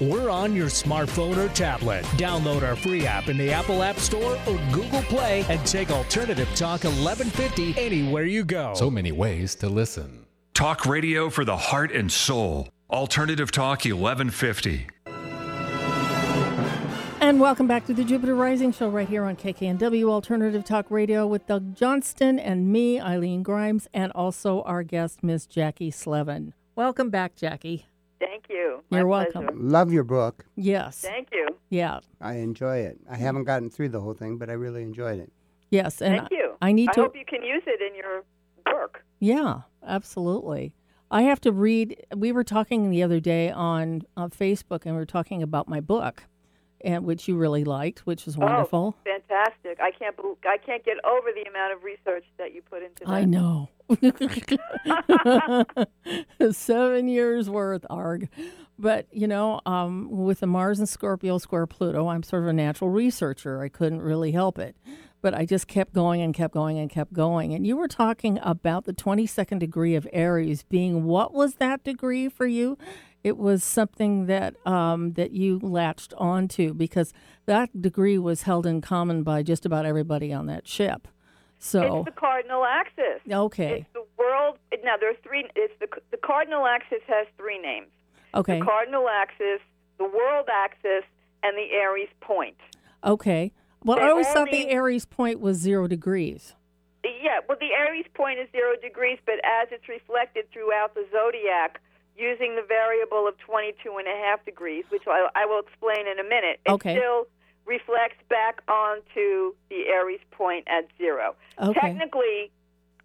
S9: we're on your smartphone or tablet. Download our free app in the Apple App Store or Google Play and take Alternative Talk 1150 anywhere you go.
S8: So many ways to listen.
S4: Talk radio for the heart and soul. Alternative Talk 1150.
S1: And welcome back to the Jupiter Rising Show right here on KKNW Alternative Talk Radio with Doug Johnston and me, Eileen Grimes, and also our guest, Miss Jackie Slevin. Welcome back, Jackie.
S5: Thank you.
S1: You're
S5: My
S1: welcome.
S5: pleasure.
S2: Love your book.
S1: Yes.
S5: Thank you.
S1: Yeah.
S2: I enjoy it. I haven't gotten through the whole thing, but I really enjoyed it.
S1: Yes. And
S5: Thank you.
S1: I, I need to.
S5: hope you can use it in your work.
S1: Yeah, absolutely. I have to read. We were talking the other day on, on Facebook, and we were talking about my book, and which you really liked, which was wonderful.
S5: Oh, fantastic! I can't bel I can't get over the amount of research that you put into that.
S1: I know. Seven years worth, arg. But, you know, um, with the Mars and Scorpio square Pluto, I'm sort of a natural researcher. I couldn't really help it. But I just kept going and kept going and kept going. And you were talking about the 22nd degree of Aries being what was that degree for you? It was something that um, that you latched onto because that degree was held in common by just about everybody on that ship. So
S5: It's the cardinal axis.
S1: Okay.
S5: It's the world. Now there are three. It's the the cardinal axis has three names.
S1: Okay.
S5: The cardinal axis, the world axis, and the Aries point.
S1: Okay. Well,
S5: They
S1: I always
S5: all
S1: thought the
S5: need-
S1: Aries point was zero degrees.
S5: Yeah, well, the Aries point is zero degrees, but as it's reflected throughout the zodiac, using the variable of 22 and a half degrees, which I, I will explain in a minute, it
S1: Okay.
S5: still reflects back onto the Aries point at zero.
S1: Okay.
S5: Technically,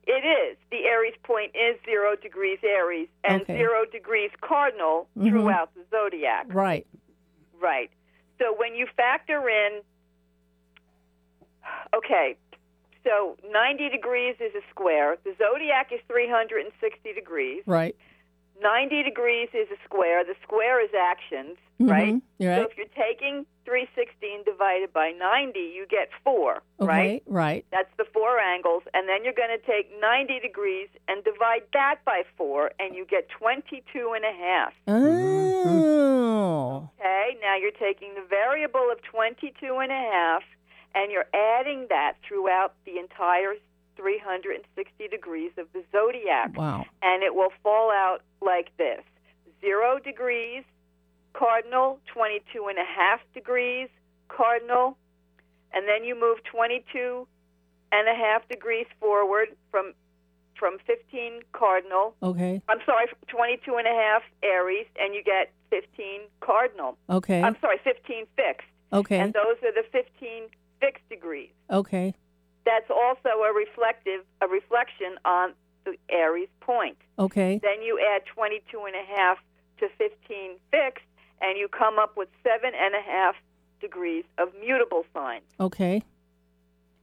S5: it is. The Aries point is zero degrees Aries and
S1: Okay.
S5: zero degrees cardinal
S1: Mhm.
S5: throughout the zodiac.
S1: Right.
S5: Right. So when you factor in, okay, so 90 degrees is a square. The zodiac is 360 degrees.
S1: Right.
S5: 90 degrees is a square. The square is actions, right?
S1: Mhm. You're right.
S5: So if you're taking 316 divided by 90, you get 4,
S1: Okay.
S5: right?
S1: Right.
S5: That's the four angles. And then you're going to take 90 degrees and divide that by 4, and you get 22 and a half. Mm-hmm.
S1: Oh.
S5: Okay, now you're taking the variable of 22 and a half and you're adding that throughout the entire 360 degrees of the zodiac.
S1: Wow.
S5: And it will fall out like this 0 degrees cardinal, 22 and a half degrees cardinal, and then you move 22 and a half degrees forward from from 15 cardinal
S1: Okay.
S5: I'm sorry, 22 and a half Aries, and you get 15 cardinal.
S1: Okay.
S5: I'm sorry, 15 fixed.
S1: Okay.
S5: Um, And those are the 15 fixed degrees.
S1: Okay.
S5: That's also a reflective, a reflection on the Aries point.
S1: Okay.
S5: Then you add 22 and a half to 15 fixed, and you come up with seven and a half degrees of mutable signs.
S1: Okay.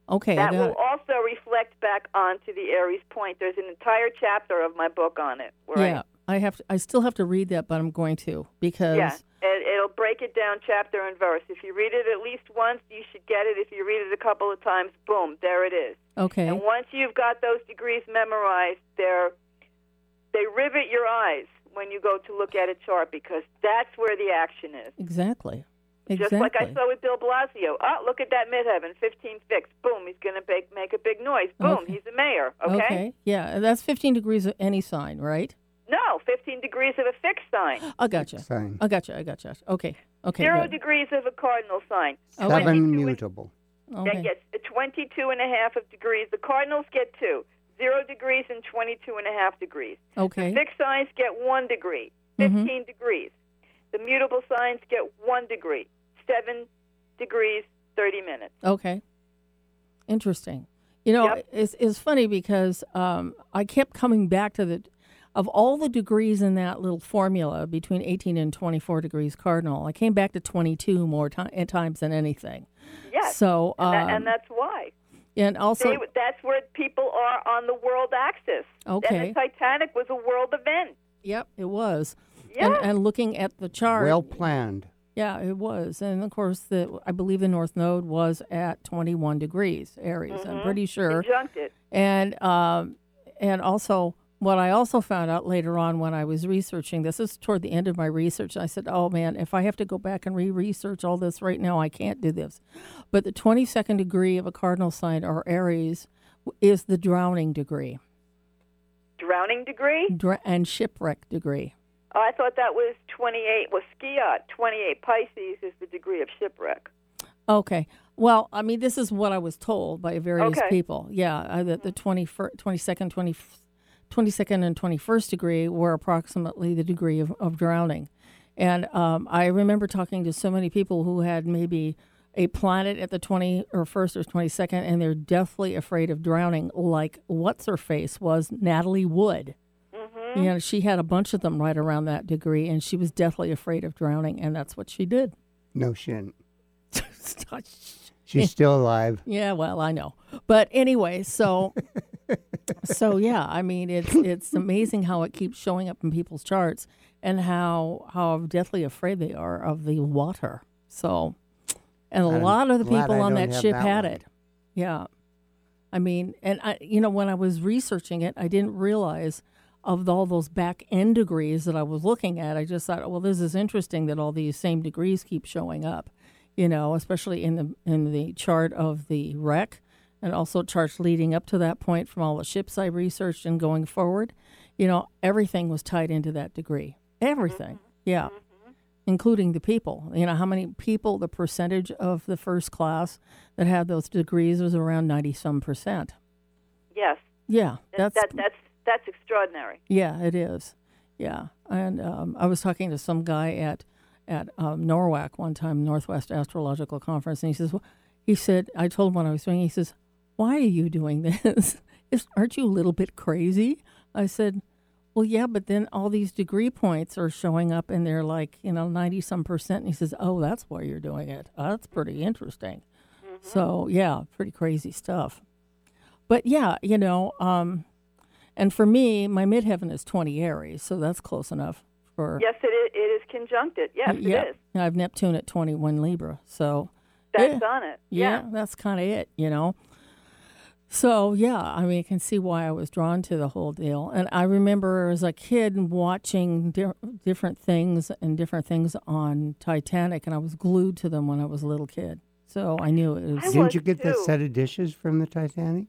S1: Okay. I
S5: that
S1: got
S5: will
S1: it.
S5: also reflect back onto the Aries point. There's an entire chapter of my book on it where I
S1: Yeah. I have. To, I still have to read that, but I'm going to because.
S5: Yeah, it, it'll break it down chapter and verse. If you read it at least once, you should get it. If you read it a couple of times, boom, there it is.
S1: Okay.
S5: And once you've got those degrees memorized, they're they rivet your eyes when you go to look at a chart because that's where the action is.
S1: Exactly.
S5: Just
S1: Exactly.
S5: like I saw with Bill Blasio. Oh, look at that midheaven, 15 fix. Boom, he's going to make, make a big noise. Boom,
S1: Okay.
S5: he's the mayor.
S1: okay. Yeah. That's 15 degrees of any sign, right?
S5: No, 15 degrees of a fixed sign.
S1: I gotcha.
S2: Sign.
S1: I gotcha. I gotcha. Okay. Okay.
S5: Zero
S1: good.
S5: degrees of a cardinal sign.
S1: Okay.
S2: Seven
S5: 22 and-
S2: mutable.
S1: Okay.
S5: That gets a 22 and a half of degrees. The cardinals get two, zero degrees and 22 and a half degrees.
S1: Okay.
S5: Fixed signs get one degree,
S1: Mhm.
S5: 15 degrees. The mutable signs get one degree, seven degrees, 30 minutes.
S1: Okay. Interesting. You know,
S5: Yep.
S1: it's, it's funny because um, I kept coming back to the, of all the degrees in that little formula between 18 and 24 degrees cardinal, I came back to 22 more ti- times than anything.
S5: Yes.
S1: So,
S5: and, that,
S1: um,
S5: and that's why.
S1: And also,
S5: They- that's where people are on the world axis.
S1: Okay.
S5: And the Titanic was a world event.
S1: yep, it was.
S5: Yeah.
S1: And, and looking at the chart,
S2: Well planned.
S1: yeah, it was. And of course, the I believe the North Node was at 21 degrees Aries. I'm
S5: Mm-hmm.
S1: pretty sure.
S5: Conjuncted.
S1: and um, and also what I also found out later on when I was researching this this is toward the end of my research. I said, "Oh man, if I have to go back and re-research all this right now, I can't do this." But the twenty-second degree of a cardinal sign or Aries w- is the drowning degree
S5: Drowning degree?
S1: dr- and shipwreck degree.
S5: I thought that was 28, was Skiot. 28 Pisces is the degree of shipwreck.
S1: Okay. Well, I mean, this is what I was told by various
S5: Okay.
S1: people. Yeah, I, that the 21st, 22nd, 20, 22nd, and 21st degree were approximately the degree of, of drowning. And um, I remember talking to so many people who had maybe a planet at the 20 or 1st or 22nd, and they're deathly afraid of drowning, like what's her face was Natalie Wood. You know, she had a bunch of them right around that degree, and she was deathly afraid of drowning, and that's what she did.
S2: No shit. She's still alive.
S1: Yeah, well, I know. But anyway, so so yeah, I mean it's it's amazing how it keeps showing up in people's charts and how how deathly afraid they are of the water. So and a
S2: I'm
S1: lot of the
S2: glad
S1: people
S2: I
S1: on
S2: don't
S1: that
S2: have
S1: ship
S2: that
S1: had
S2: one.
S1: it. Yeah. I mean, and I you know when I was researching it, I didn't realize of all those back end degrees that I was looking at. I just thought, "Oh, well, this is interesting that all these same degrees keep showing up. You know, especially in the in the chart of the wreck and also charts leading up to that point from all the ships I researched and going forward. You know, everything was tied into that degree. Everything.
S5: Mm-hmm.
S1: Yeah including the people. You know, how many people, the percentage of the first class that had those degrees was around 90 some percent.
S5: Yes,
S1: Yeah,
S5: that's
S1: that's,
S5: that, that's that's extraordinary.
S1: yeah, it is. Yeah. And um, I was talking to some guy at, at um, Norwalk one time, Northwest Astrological Conference, and he says, well, he said, I told him what I was doing. He says, why are you doing this? Is- Aren't you a little bit crazy? I said, well, yeah, but then all these degree points are showing up and they're like, you know, 90 some percent. And he says, oh, that's why you're doing it. Oh, that's pretty interesting.
S5: Mm-hmm.
S1: So, yeah, pretty crazy stuff. But yeah, you know, um, and for me, my midheaven is 20 Aries, so that's close enough for.
S5: Yes, it is, it is conjuncted. Yes,
S1: yeah,
S5: it is.
S1: I have Neptune at 21 Libra, so. eh.
S5: That's
S1: yeah.
S5: on it.
S1: Yeah, that's kind of it, you know. So yeah, I mean, I can see why I was drawn to the whole deal. And I remember as a kid watching di- different things and different things on Titanic, and I was glued to them when I was a little kid. So I knew it was.
S5: I
S2: Didn't
S5: was
S2: you get that
S5: too.
S2: set of dishes from the Titanic?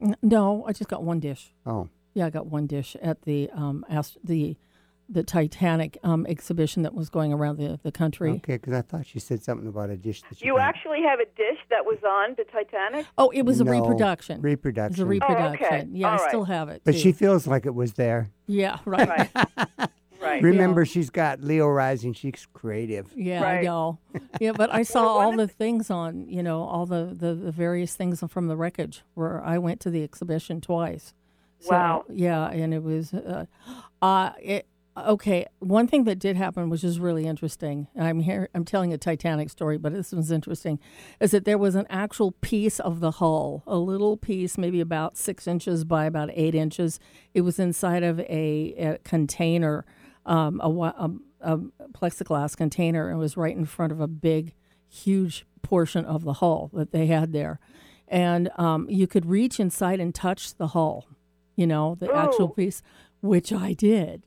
S1: N- No, I just got one dish.
S2: Oh,
S1: Yeah, I got one dish at the um ast- the the Titanic um exhibition that was going around the the country.
S2: okay. Because I thought she said something about a dish that
S5: You
S2: got.
S5: actually have a dish that was on the Titanic.
S1: Oh, it was a
S2: No,
S1: reproduction. It was a
S2: reproduction.
S1: reproduction. Yeah,
S5: All
S1: I
S5: right.
S1: still have
S5: Oh.
S1: it.
S2: But
S1: too.
S2: she feels like it was there.
S1: Yeah, right.
S5: Right. right.
S2: Remember, she's got Leo rising. She's creative.
S1: Yeah, I
S5: Right.
S1: know. Yeah, but I saw all the things on, you know, all the, the, the various things from the wreckage where I went to the exhibition twice. So,
S5: Wow.
S1: Yeah, and it was, uh, uh, it, okay, one thing that did happen, which is really interesting, and I'm here, I'm telling a Titanic story, but this one's interesting, is that there was an actual piece of the hull, a little piece, maybe about six inches by about eight inches. It was inside of a, a container, um, a, wa- um, a plexiglass container, and it was right in front of a big, huge portion of the hull that they had there. And um, you could reach inside and touch the hull, you know, the actual
S5: Oh.
S1: piece, which I did.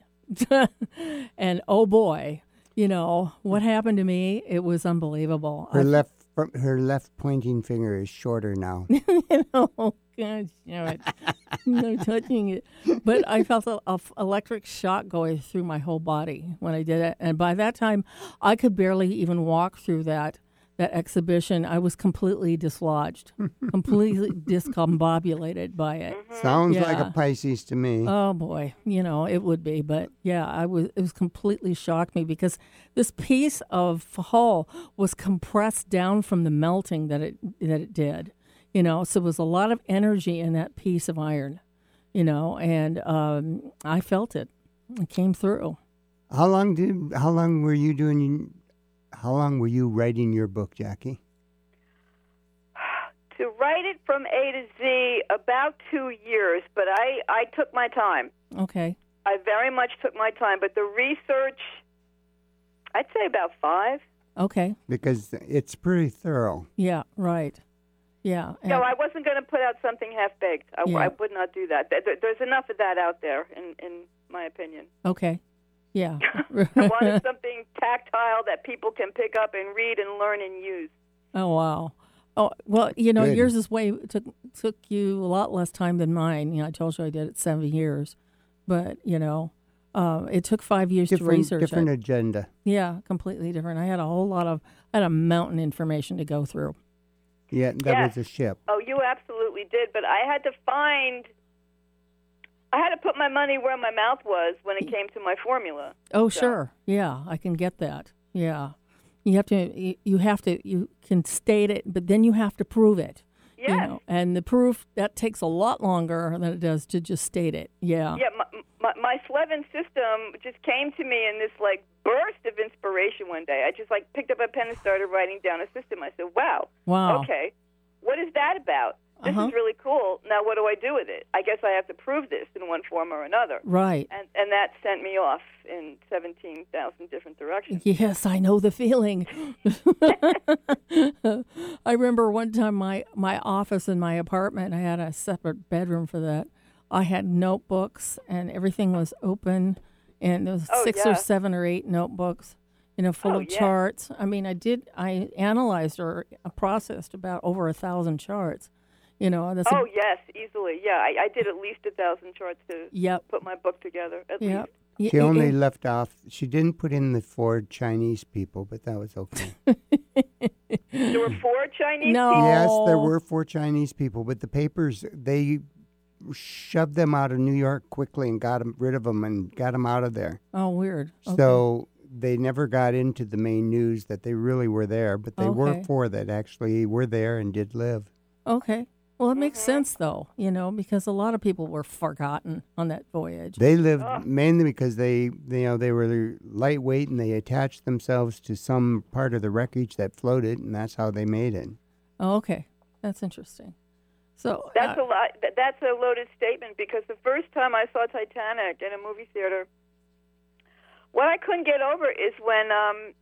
S1: and oh boy, you know, what happened to me? It was unbelievable.
S2: Her
S1: I
S2: left, from her left pointing finger is shorter now.
S5: Mm-hmm.
S1: oh gosh, damn it! no touching it. But I felt a, a f- electric shock going through my whole body when I did it, and by that time, I could barely even walk through that that exhibition. I was completely dislodged, completely discombobulated by it.
S2: Sounds like
S1: Yeah.
S2: a Pisces to me.
S1: Oh boy, you know it would be, but yeah, I was. It was completely shocked me because this piece of hull was compressed down from the melting that it that it did. You know, so it was a lot of energy in that piece of iron. You know, and um, I felt it. It came through.
S2: How long did? How long were you doing? How long were you writing your book, Jackie?
S5: To write it from A to Z, about two years, but I, I took my time.
S1: Okay.
S5: I very much took my time, but the research, I'd say about five.
S1: Okay.
S2: Because it's pretty thorough.
S1: Yeah. Right. Yeah.
S5: No,
S1: and-
S5: I wasn't going to put out something half baked. I,
S1: Yeah.
S5: I would not do that. There, there- there's enough of that out there, in, in my opinion.
S1: okay. Yeah.
S5: I wanted something tactile that people can pick up and read and learn and use.
S1: Oh wow. Oh well, you know,
S2: Good.
S1: yours is way took took you a lot less time than mine. You know, I told you I did it seven years, but you know, Uh, it took five years
S2: different,
S1: to research
S2: different
S1: it.
S2: agenda.
S1: Yeah, completely different. I had a whole lot of, I had a mountain information to go through.
S2: Yeah, that
S5: Yes.
S2: was a ship.
S5: Oh, you absolutely did, but I had to find. I had to put my money where my mouth was when
S1: Mm.
S5: it came to my formula.
S1: Oh,
S5: So-
S1: sure. Yeah, I can get that. Yeah, you have to. You, you have to. You can state it, but then you have to prove it.
S5: Yes.
S1: You know, and the proof that takes a lot longer than it does to just state it. Yeah.
S5: Yeah, my, my, my Slevin system just came to me in this like burst of inspiration one day. I just like picked up a pen and started writing down a system. I said, "Wow,
S1: Wow.
S5: okay, what is that about? This
S1: Uh-huh.
S5: is really cool. Now, what do I do with it? I guess I have to prove this in one form or another."
S1: Right.
S5: And and that sent me off in seventeen thousand different directions.
S1: Yes, I know the feeling. I remember one time my my office in my apartment. I had a separate bedroom for that. I had notebooks and everything was open, and there was
S5: Oh,
S1: six
S5: yeah.
S1: or seven or eight notebooks, you know, full
S5: Oh,
S1: of
S5: yeah.
S1: charts. I mean, I did I analyzed or uh, processed about over a thousand charts. You know, that's a-
S5: oh yes, easily. Yeah, I, I did at least a thousand charts to
S1: Yep.
S5: put my book together. At
S1: yeah.
S5: least.
S1: Y-
S2: She
S1: y-
S2: only
S1: y-
S2: left off. She didn't put in the four Chinese people, but that was okay.
S5: There were four Chinese.
S1: No.
S5: people.
S2: Yes, there
S1: Oh.
S2: were four Chinese people, but the papers they shoved them out of New York quickly and got 'em- rid of them and got them out of there.
S1: oh weird. Okay.
S2: So they never got into the main news that they really were there, but they were
S1: Okay.
S2: four that actually were there and did live.
S1: Okay. Well, it
S5: Mm-hmm.
S1: makes sense though, you know, because a lot of people were forgotten on that voyage.
S2: They lived
S1: ah.
S2: mainly because they, you know, they were lightweight and they attached themselves to some part of the wreckage that floated, and that's how they made it.
S1: Oh, okay, that's interesting. So
S5: That's
S1: uh,
S5: a lot. that- That's a loaded statement because the first time I saw Titanic in a movie theater, what I couldn't get over is when um,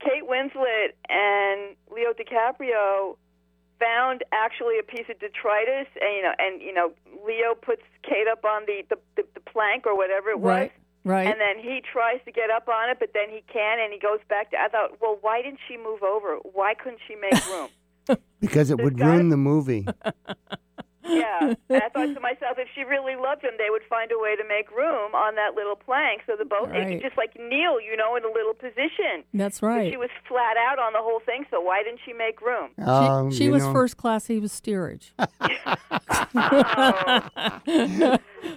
S5: Kate Winslet and Leo DiCaprio found actually a piece of detritus, and you know, and you know, Leo puts Kate up on the the, the, the plank or whatever it was.
S1: right, right.
S5: And then he tries to get up on it, but then he can't, and he goes back to. I thought, well, why didn't she move over? Why couldn't she make room?
S2: Because it would
S5: gotta-
S2: ruin the movie.
S5: Yeah. And I thought to myself, if she really loved him, they would find a way to make room on that little plank so the boat they
S1: Right.
S5: could just like kneel, you know, in a little position.
S1: that's
S5: But
S1: right.
S5: She was flat out on the whole thing, so why didn't she make room?
S1: She,
S2: Um,
S1: she
S2: you
S1: was
S2: know,
S1: first class. He was steerage.
S5: Oh.
S1: That's
S5: Oh,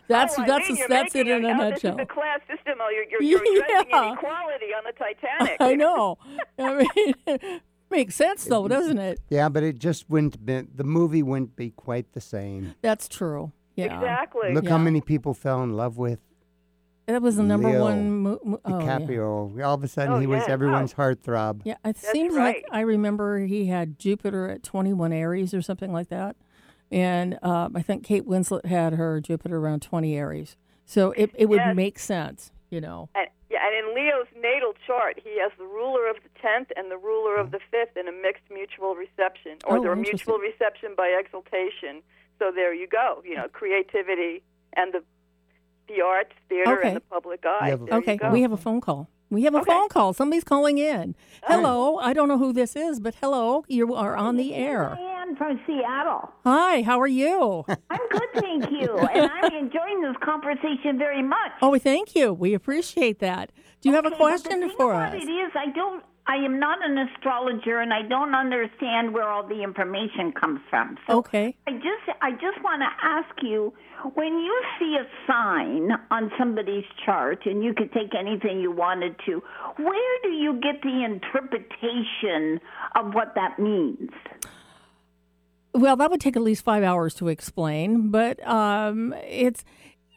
S1: that's
S5: Eileen, you're
S1: that's it
S5: making
S1: in a
S5: oh,
S1: nutshell.
S5: This is the class system. Oh, you're, you're, you're addressing
S1: Yeah.
S5: inequality on the Titanic.
S1: I know. I mean, it makes sense though, doesn't it?
S2: Yeah, but it just wouldn't be, the movie wouldn't be quite the same.
S1: That's true. Yeah,
S5: Exactly.
S2: Look how
S1: Yeah.
S2: many people fell in love with
S1: that was the number
S2: Leo
S1: one. Mo- mo- oh, yeah.
S2: DiCaprio. All of a sudden,
S5: Oh,
S2: he was
S5: yeah.
S2: everyone's heartthrob.
S1: Yeah, it seems
S5: right.
S1: like I remember he had Jupiter at 21 Aries or something like that. And uh, I think Kate Winslet had her Jupiter around 20 Aries. So it, it would
S5: Yes.
S1: make sense, you know.
S5: And, yeah, and in Leo's natal chart, he has the ruler of the tenth and the ruler of the fifth in a mixed mutual reception, or
S1: Oh,
S5: their
S1: interesting.
S5: mutual reception by exaltation. So there you go. You know, creativity and the the arts, theater,
S1: Okay.
S5: and the public eye.
S2: Yeah, but-
S5: There you
S1: okay,
S5: go.
S1: we have a phone call. We have a
S5: Okay. Oh.
S1: phone call. Somebody's calling in. Hello, I don't know who this is, but hello, you are on the air.
S10: Ann from Seattle.
S1: Hi, how are you?
S10: I'm good, thank you. And I'm enjoying this conversation very much.
S1: oh, thank you. We appreciate that. Do you have a
S10: Okay, but the
S1: question
S10: thing
S1: for
S10: about
S1: us?
S10: It is I don't I am not an astrologer and I don't understand where all the information comes from. So
S1: Okay.
S10: I just I just want to ask you when you see a sign on somebody's chart and you could take anything you wanted to, where do you get the interpretation of what that means?
S1: Well, that would take at least five hours to explain, but um, it's.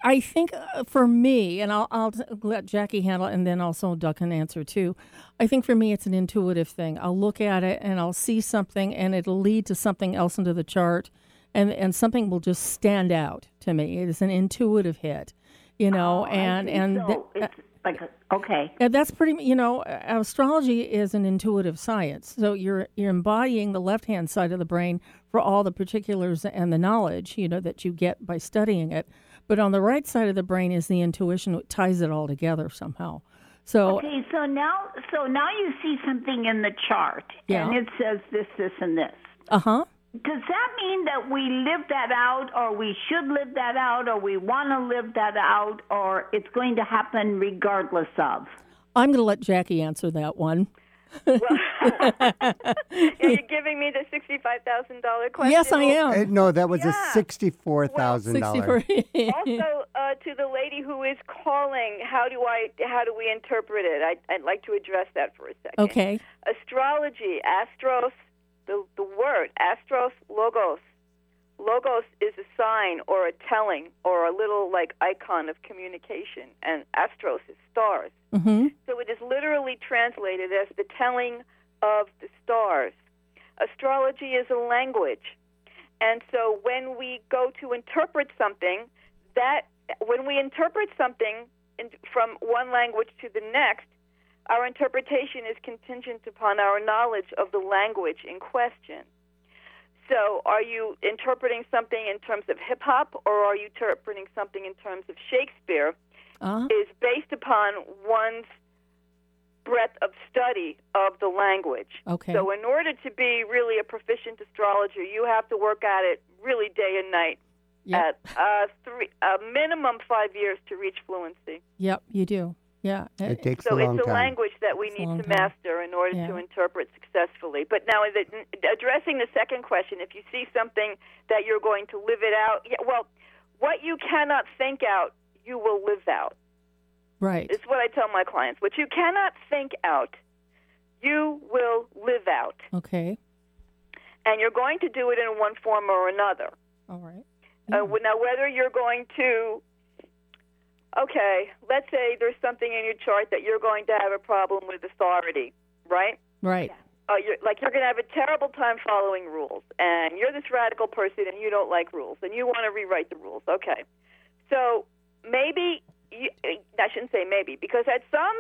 S1: I think uh, for me, and I'll, I'll let Jackie handle it, and then also Doug can answer too. I think for me, it's an intuitive thing. I'll look at it and I'll see something, and it'll lead to something else into the chart, and and something will just stand out to me. It is an intuitive hit, you know, and and. uh, th-
S10: Oh, Ah, so it's like a, okay.
S1: and that's pretty, you know, astrology is an intuitive science. So you're you're embodying the left hand side of the brain for all the particulars and the knowledge, you know, that you get by studying it. But on the right side of the brain is the intuition that ties it all together somehow. So
S10: Okay, so now, so now you see something in the chart,
S1: Yeah.
S10: and it says this, this, and this.
S1: uh huh.
S10: does that mean that we live that out or we should live that out or we want to live that out or it's going to happen regardless of?
S1: I'm going to let Jackie answer that one.
S5: Well, you're giving me the sixty-five thousand dollar question.
S1: Yes, I am.
S2: Uh, no, that was a sixty-four thousand dollars.
S5: also, uh, to the lady who is calling, how do I? How do we interpret it? I, I'd like to address that for a second.
S1: Okay.
S5: Astrology, astros, the the word astros, logos. Logos is a sign or a telling or a little like icon of communication, and astros is stars.
S1: Mm-hmm.
S5: So it is literally translated as the telling of the stars. Astrology is a language. And so when we go to interpret something, that when we interpret something in, from one language to the next, our interpretation is contingent upon our knowledge of the language in question. So, are you interpreting something in terms of hip hop or are you interpreting something in terms of Shakespeare?
S1: Uh-huh.
S5: is based upon one's breadth of study of the language.
S1: Okay.
S5: So, in order to be really a proficient astrologer, you have to work at it really day and night.
S1: Yep.
S5: At uh, three, a minimum five years to reach fluency.
S1: Yep, you do. Yeah.
S2: It takes a
S5: So
S2: long
S5: it's a
S2: time.
S5: language that we
S1: It's a
S5: need
S1: long
S5: to
S1: time.
S5: master in order
S1: Yeah.
S5: to interpret successfully. But now, is it, addressing the second question, if you see something that you're going to live it out, yeah, well, what you cannot think out, you will live out.
S1: Right.
S5: It's what I tell my clients. What you cannot think out, you will live out.
S1: Okay.
S5: And you're going to do it in one form or another.
S1: All right.
S5: Uh, w- now, whether you're going to, okay, let's say there's something in your chart that you're going to have a problem with authority, right?
S1: Right.
S5: Uh, you're, like you're going to have a terrible time following rules, and you're this radical person, and you don't like rules, and you want to rewrite the rules. Okay, so maybe you, uh, I shouldn't say maybe because at some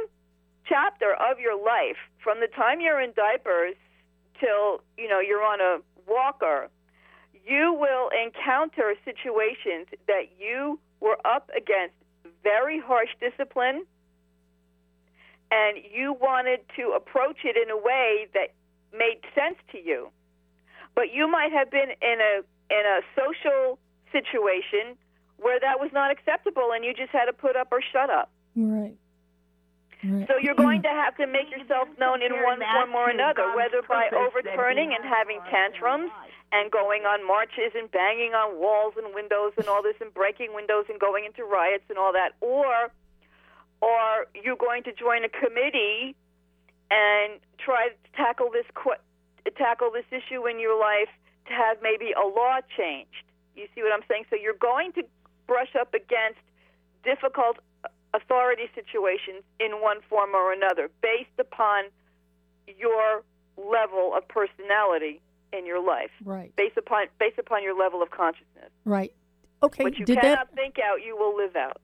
S5: chapter of your life, from the time you're in diapers till you know you're on a walker, you will encounter situations that you were up against very harsh discipline and you wanted to approach it in a way that made sense to you. But you might have been in a in a social situation where that was not acceptable and you just had to put up or shut up.
S1: Right. Right.
S5: So you're going to have to make yourself known in one form or another, whether by overturning and having tantrums and going on marches and banging on walls and windows and all this and breaking windows and going into riots and all that, or or you're going to join a committee and try to tackle this que- tackle this issue in your life to have maybe a law changed. You see what I'm saying? So you're going to brush up against difficult authority situations in one form or another based upon your level of personality in your life
S1: Right.
S5: based upon based upon your level of consciousness
S1: Right. Okay.
S5: what you
S1: Did that
S5: cannot think out you will live out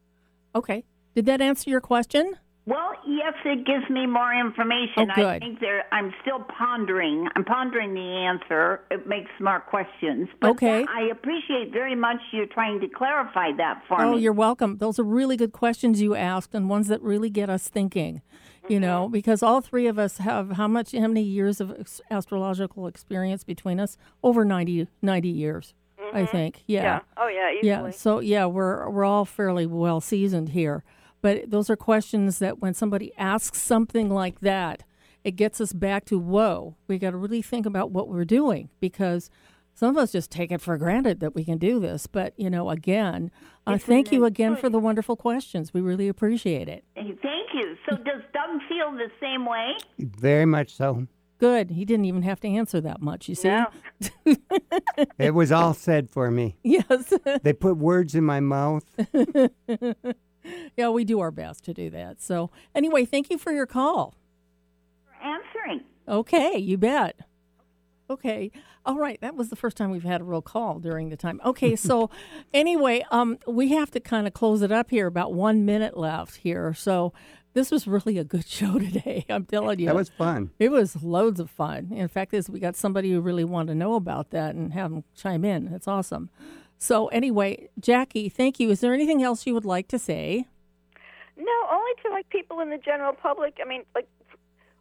S1: Okay. Did that answer your question?
S10: Well, yes, it gives me more information.
S1: Oh, good.
S10: I think there. I'm still pondering. I'm pondering the answer. It makes more questions. But
S1: Okay.
S10: I appreciate very much you trying to clarify that for
S1: Oh,
S10: me.
S1: you're welcome. Those are really good questions you asked and ones that really get us thinking, you know,
S5: Mm-hmm.
S1: because all three of us have how much, how many years of ex- astrological experience between us? Over 90, 90 years, I think.
S5: yeah oh yeah easily
S1: Yeah. So yeah, we're we're all fairly well seasoned here, but those are questions that when somebody asks something like that, it gets us back to whoa, we got to really think about what we're doing because some of us just take it for granted that we can do this. But you know, again, uh, thank you again for the wonderful questions. We really appreciate it.
S10: Hey, Thank you. So, does Doug feel the same way?
S2: Very much so.
S1: Good. He didn't even have to answer that much. You see?
S2: It was all said for me.
S1: Yes.
S2: They put words in my mouth.
S1: yeah, we do our best to do that. So anyway, thank you for your call.
S10: Answering.
S1: Okay, you bet. Okay. All right. That was the first time we've had a real call during the time. Okay. So, anyway, um, we have to kind of close it up here. About one minute left here. So, this was really a good show today. I'm telling you.
S2: That was fun.
S1: It was loads of fun. In fact, is we got somebody who really wanted to know about that and have them chime in. That's awesome. So, anyway, Jackie, thank you. Is there anything else you would like to say?
S5: No, only to like people in the general public. I mean, like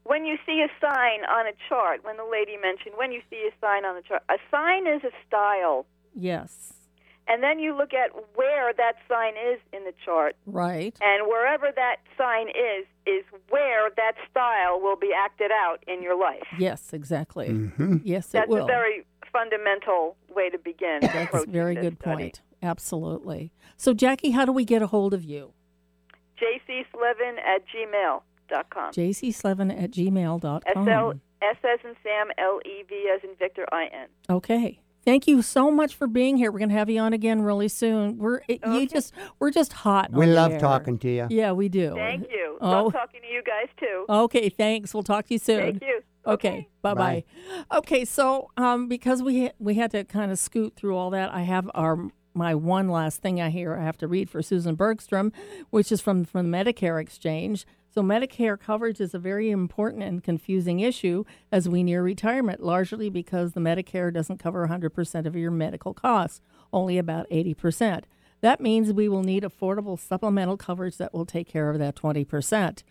S5: when you see a sign on a chart, when the lady mentioned when you see a sign on the chart, a sign is a style.
S1: Yes.
S5: And then you look at where that sign is in the chart.
S1: Right.
S5: And wherever that sign is, is where that style will be acted out in your life.
S1: Yes, exactly.
S2: Mm-hmm.
S1: Yes, it
S5: That's
S1: will.
S5: a very fundamental way to begin.
S1: That's a very good point. Absolutely. So, Jackie, how do we get a hold of you?
S5: jcslevin at gmail.com.
S1: jcslevin at gmail.com.
S5: S L S as in Sam, L E V as in Victor, I N.
S1: Okay. Thank you so much for being here. We're going to have you on again really soon. We're it, you just we're just hot.
S2: We
S1: on the
S2: love
S1: air.
S2: talking to you.
S1: Oh, Yeah, we do.
S5: Thank you.
S1: Oh.
S5: Love talking to you guys too.
S1: Okay, thanks. We'll talk to you soon.
S5: Thank you.
S1: Okay, bye bye. Okay, so um, because we ha- we had to kind of scoot through all that, I have our my one last thing I hear I have to read for Susan Bergstrom, which is from from Medicare Exchange. So Medicare coverage is a very important and confusing issue as we near retirement, largely because the Medicare doesn't cover 100% of your medical costs, only about 80%. That means we will need affordable supplemental coverage that will take care of that 20%.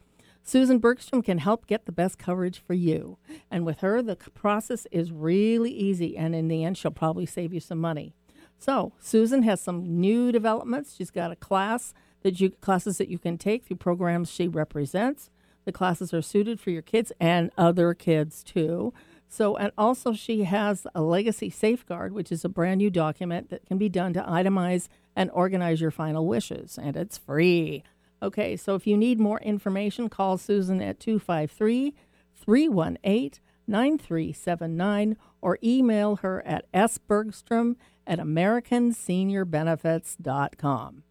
S1: Susan Bergstrom can help get the best coverage for you. And with her, the c- process is really easy, and in the end, she'll probably save you some money. So, Susan has some new developments. She's got a class that you classes that you can take through programs she represents. The classes are suited for your kids and other kids too. So, and also she has a legacy safeguard, which is a brand new document that can be done to itemize and organize your final wishes, and it's free. Okay, so if you need more information, call Susan at 253 318 9379 or email her at sbergstrom at americanseniorbenefits.com.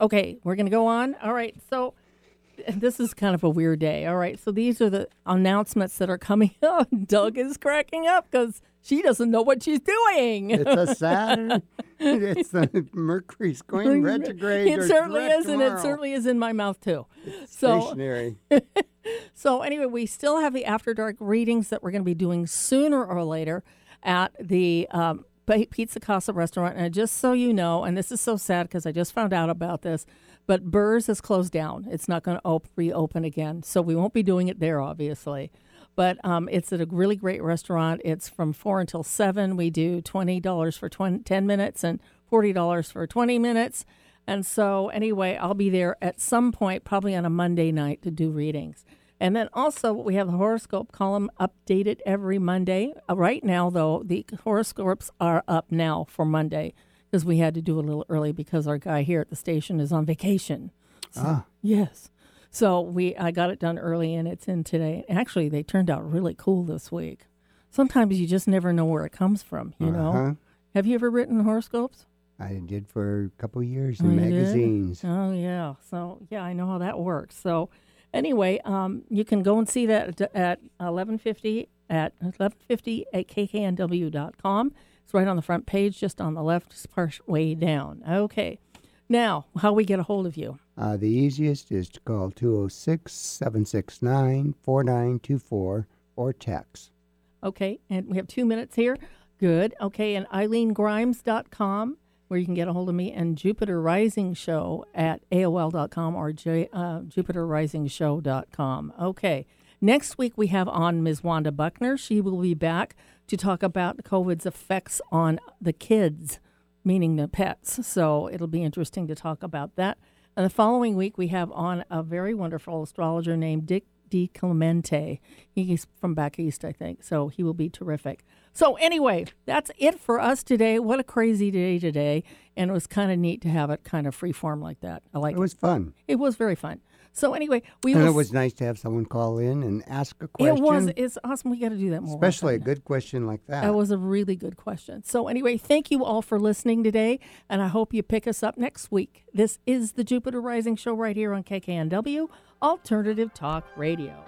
S1: Okay, we're going to go on. All right, so this is kind of a weird day. All right, so these are the announcements that are coming up. Doug is cracking up because she doesn't know what she's doing.
S2: It's a Saturn. it's the Mercury's going retrograde.
S1: It
S2: or
S1: certainly
S2: direct
S1: is, and
S2: tomorrow.
S1: it certainly is in my mouth too. So,
S2: Stationary.
S1: so anyway, we still have the after dark readings that we're going to be doing sooner or later at the um, P- Pizza Casa restaurant. And just so you know, and this is so sad because I just found out about this, but Burrs is closed down. It's not going to op- reopen again, so we won't be doing it there, obviously. But um, it's at a really great restaurant. It's from four until seven. We do twenty dollars for 20, 10 minutes and forty dollars for twenty minutes. And so, anyway, I'll be there at some point, probably on a Monday night, to do readings. And then also, we have the horoscope column updated every Monday. Uh, Right now, though, the horoscopes are up now for Monday because we had to do a little early because our guy here at the station is on vacation. So,
S2: Ah.
S1: Yes. So we I got it done early and it's in today. Actually, they turned out really cool this week. Sometimes you just never know where it comes from, you
S2: Uh-huh.
S1: know. Have you ever written horoscopes?
S2: I did for a couple years
S1: Oh,
S2: in
S1: you did?
S2: magazines.
S1: Oh yeah. So yeah, I know how that works. So anyway, um, you can go and see that at- at eleven fifty at eleven fifty at kknw.com. It's right on the front page, just on the left, just part way down. Okay. Now, how we get a hold of you?
S2: Uh, the easiest is to call 206 769 4924 or text.
S1: Okay, and we have two minutes here. Good. Okay, and eileengrimes.com, where you can get a hold of me, and Jupiter Rising Show at AOL.com or J, uh, JupiterRisingShow.com. Okay, next week we have on Ms. Wanda Buckner. She will be back to talk about COVID's effects on the kids meaning the pets. So it'll be interesting to talk about that. And the following week, we have on a very wonderful astrologer named Dick D. Clemente. He's from back east, I think. So he will be terrific. So, anyway, that's it for us today. What a crazy day today. And it was kind of neat to have it kind of free form like that. I like
S2: It was fun.
S1: It was very fun. So, anyway, we
S2: and
S1: will
S2: it was nice to have someone call in and ask a question.
S1: It was. It's awesome. We got to do that more.
S2: especially a
S1: often.
S2: good question like that.
S1: That was a really good question. So, anyway, thank you all for listening today, and I hope you pick us up next week. This is the Jupiter Rising Show right here on KKNW Alternative Talk Radio.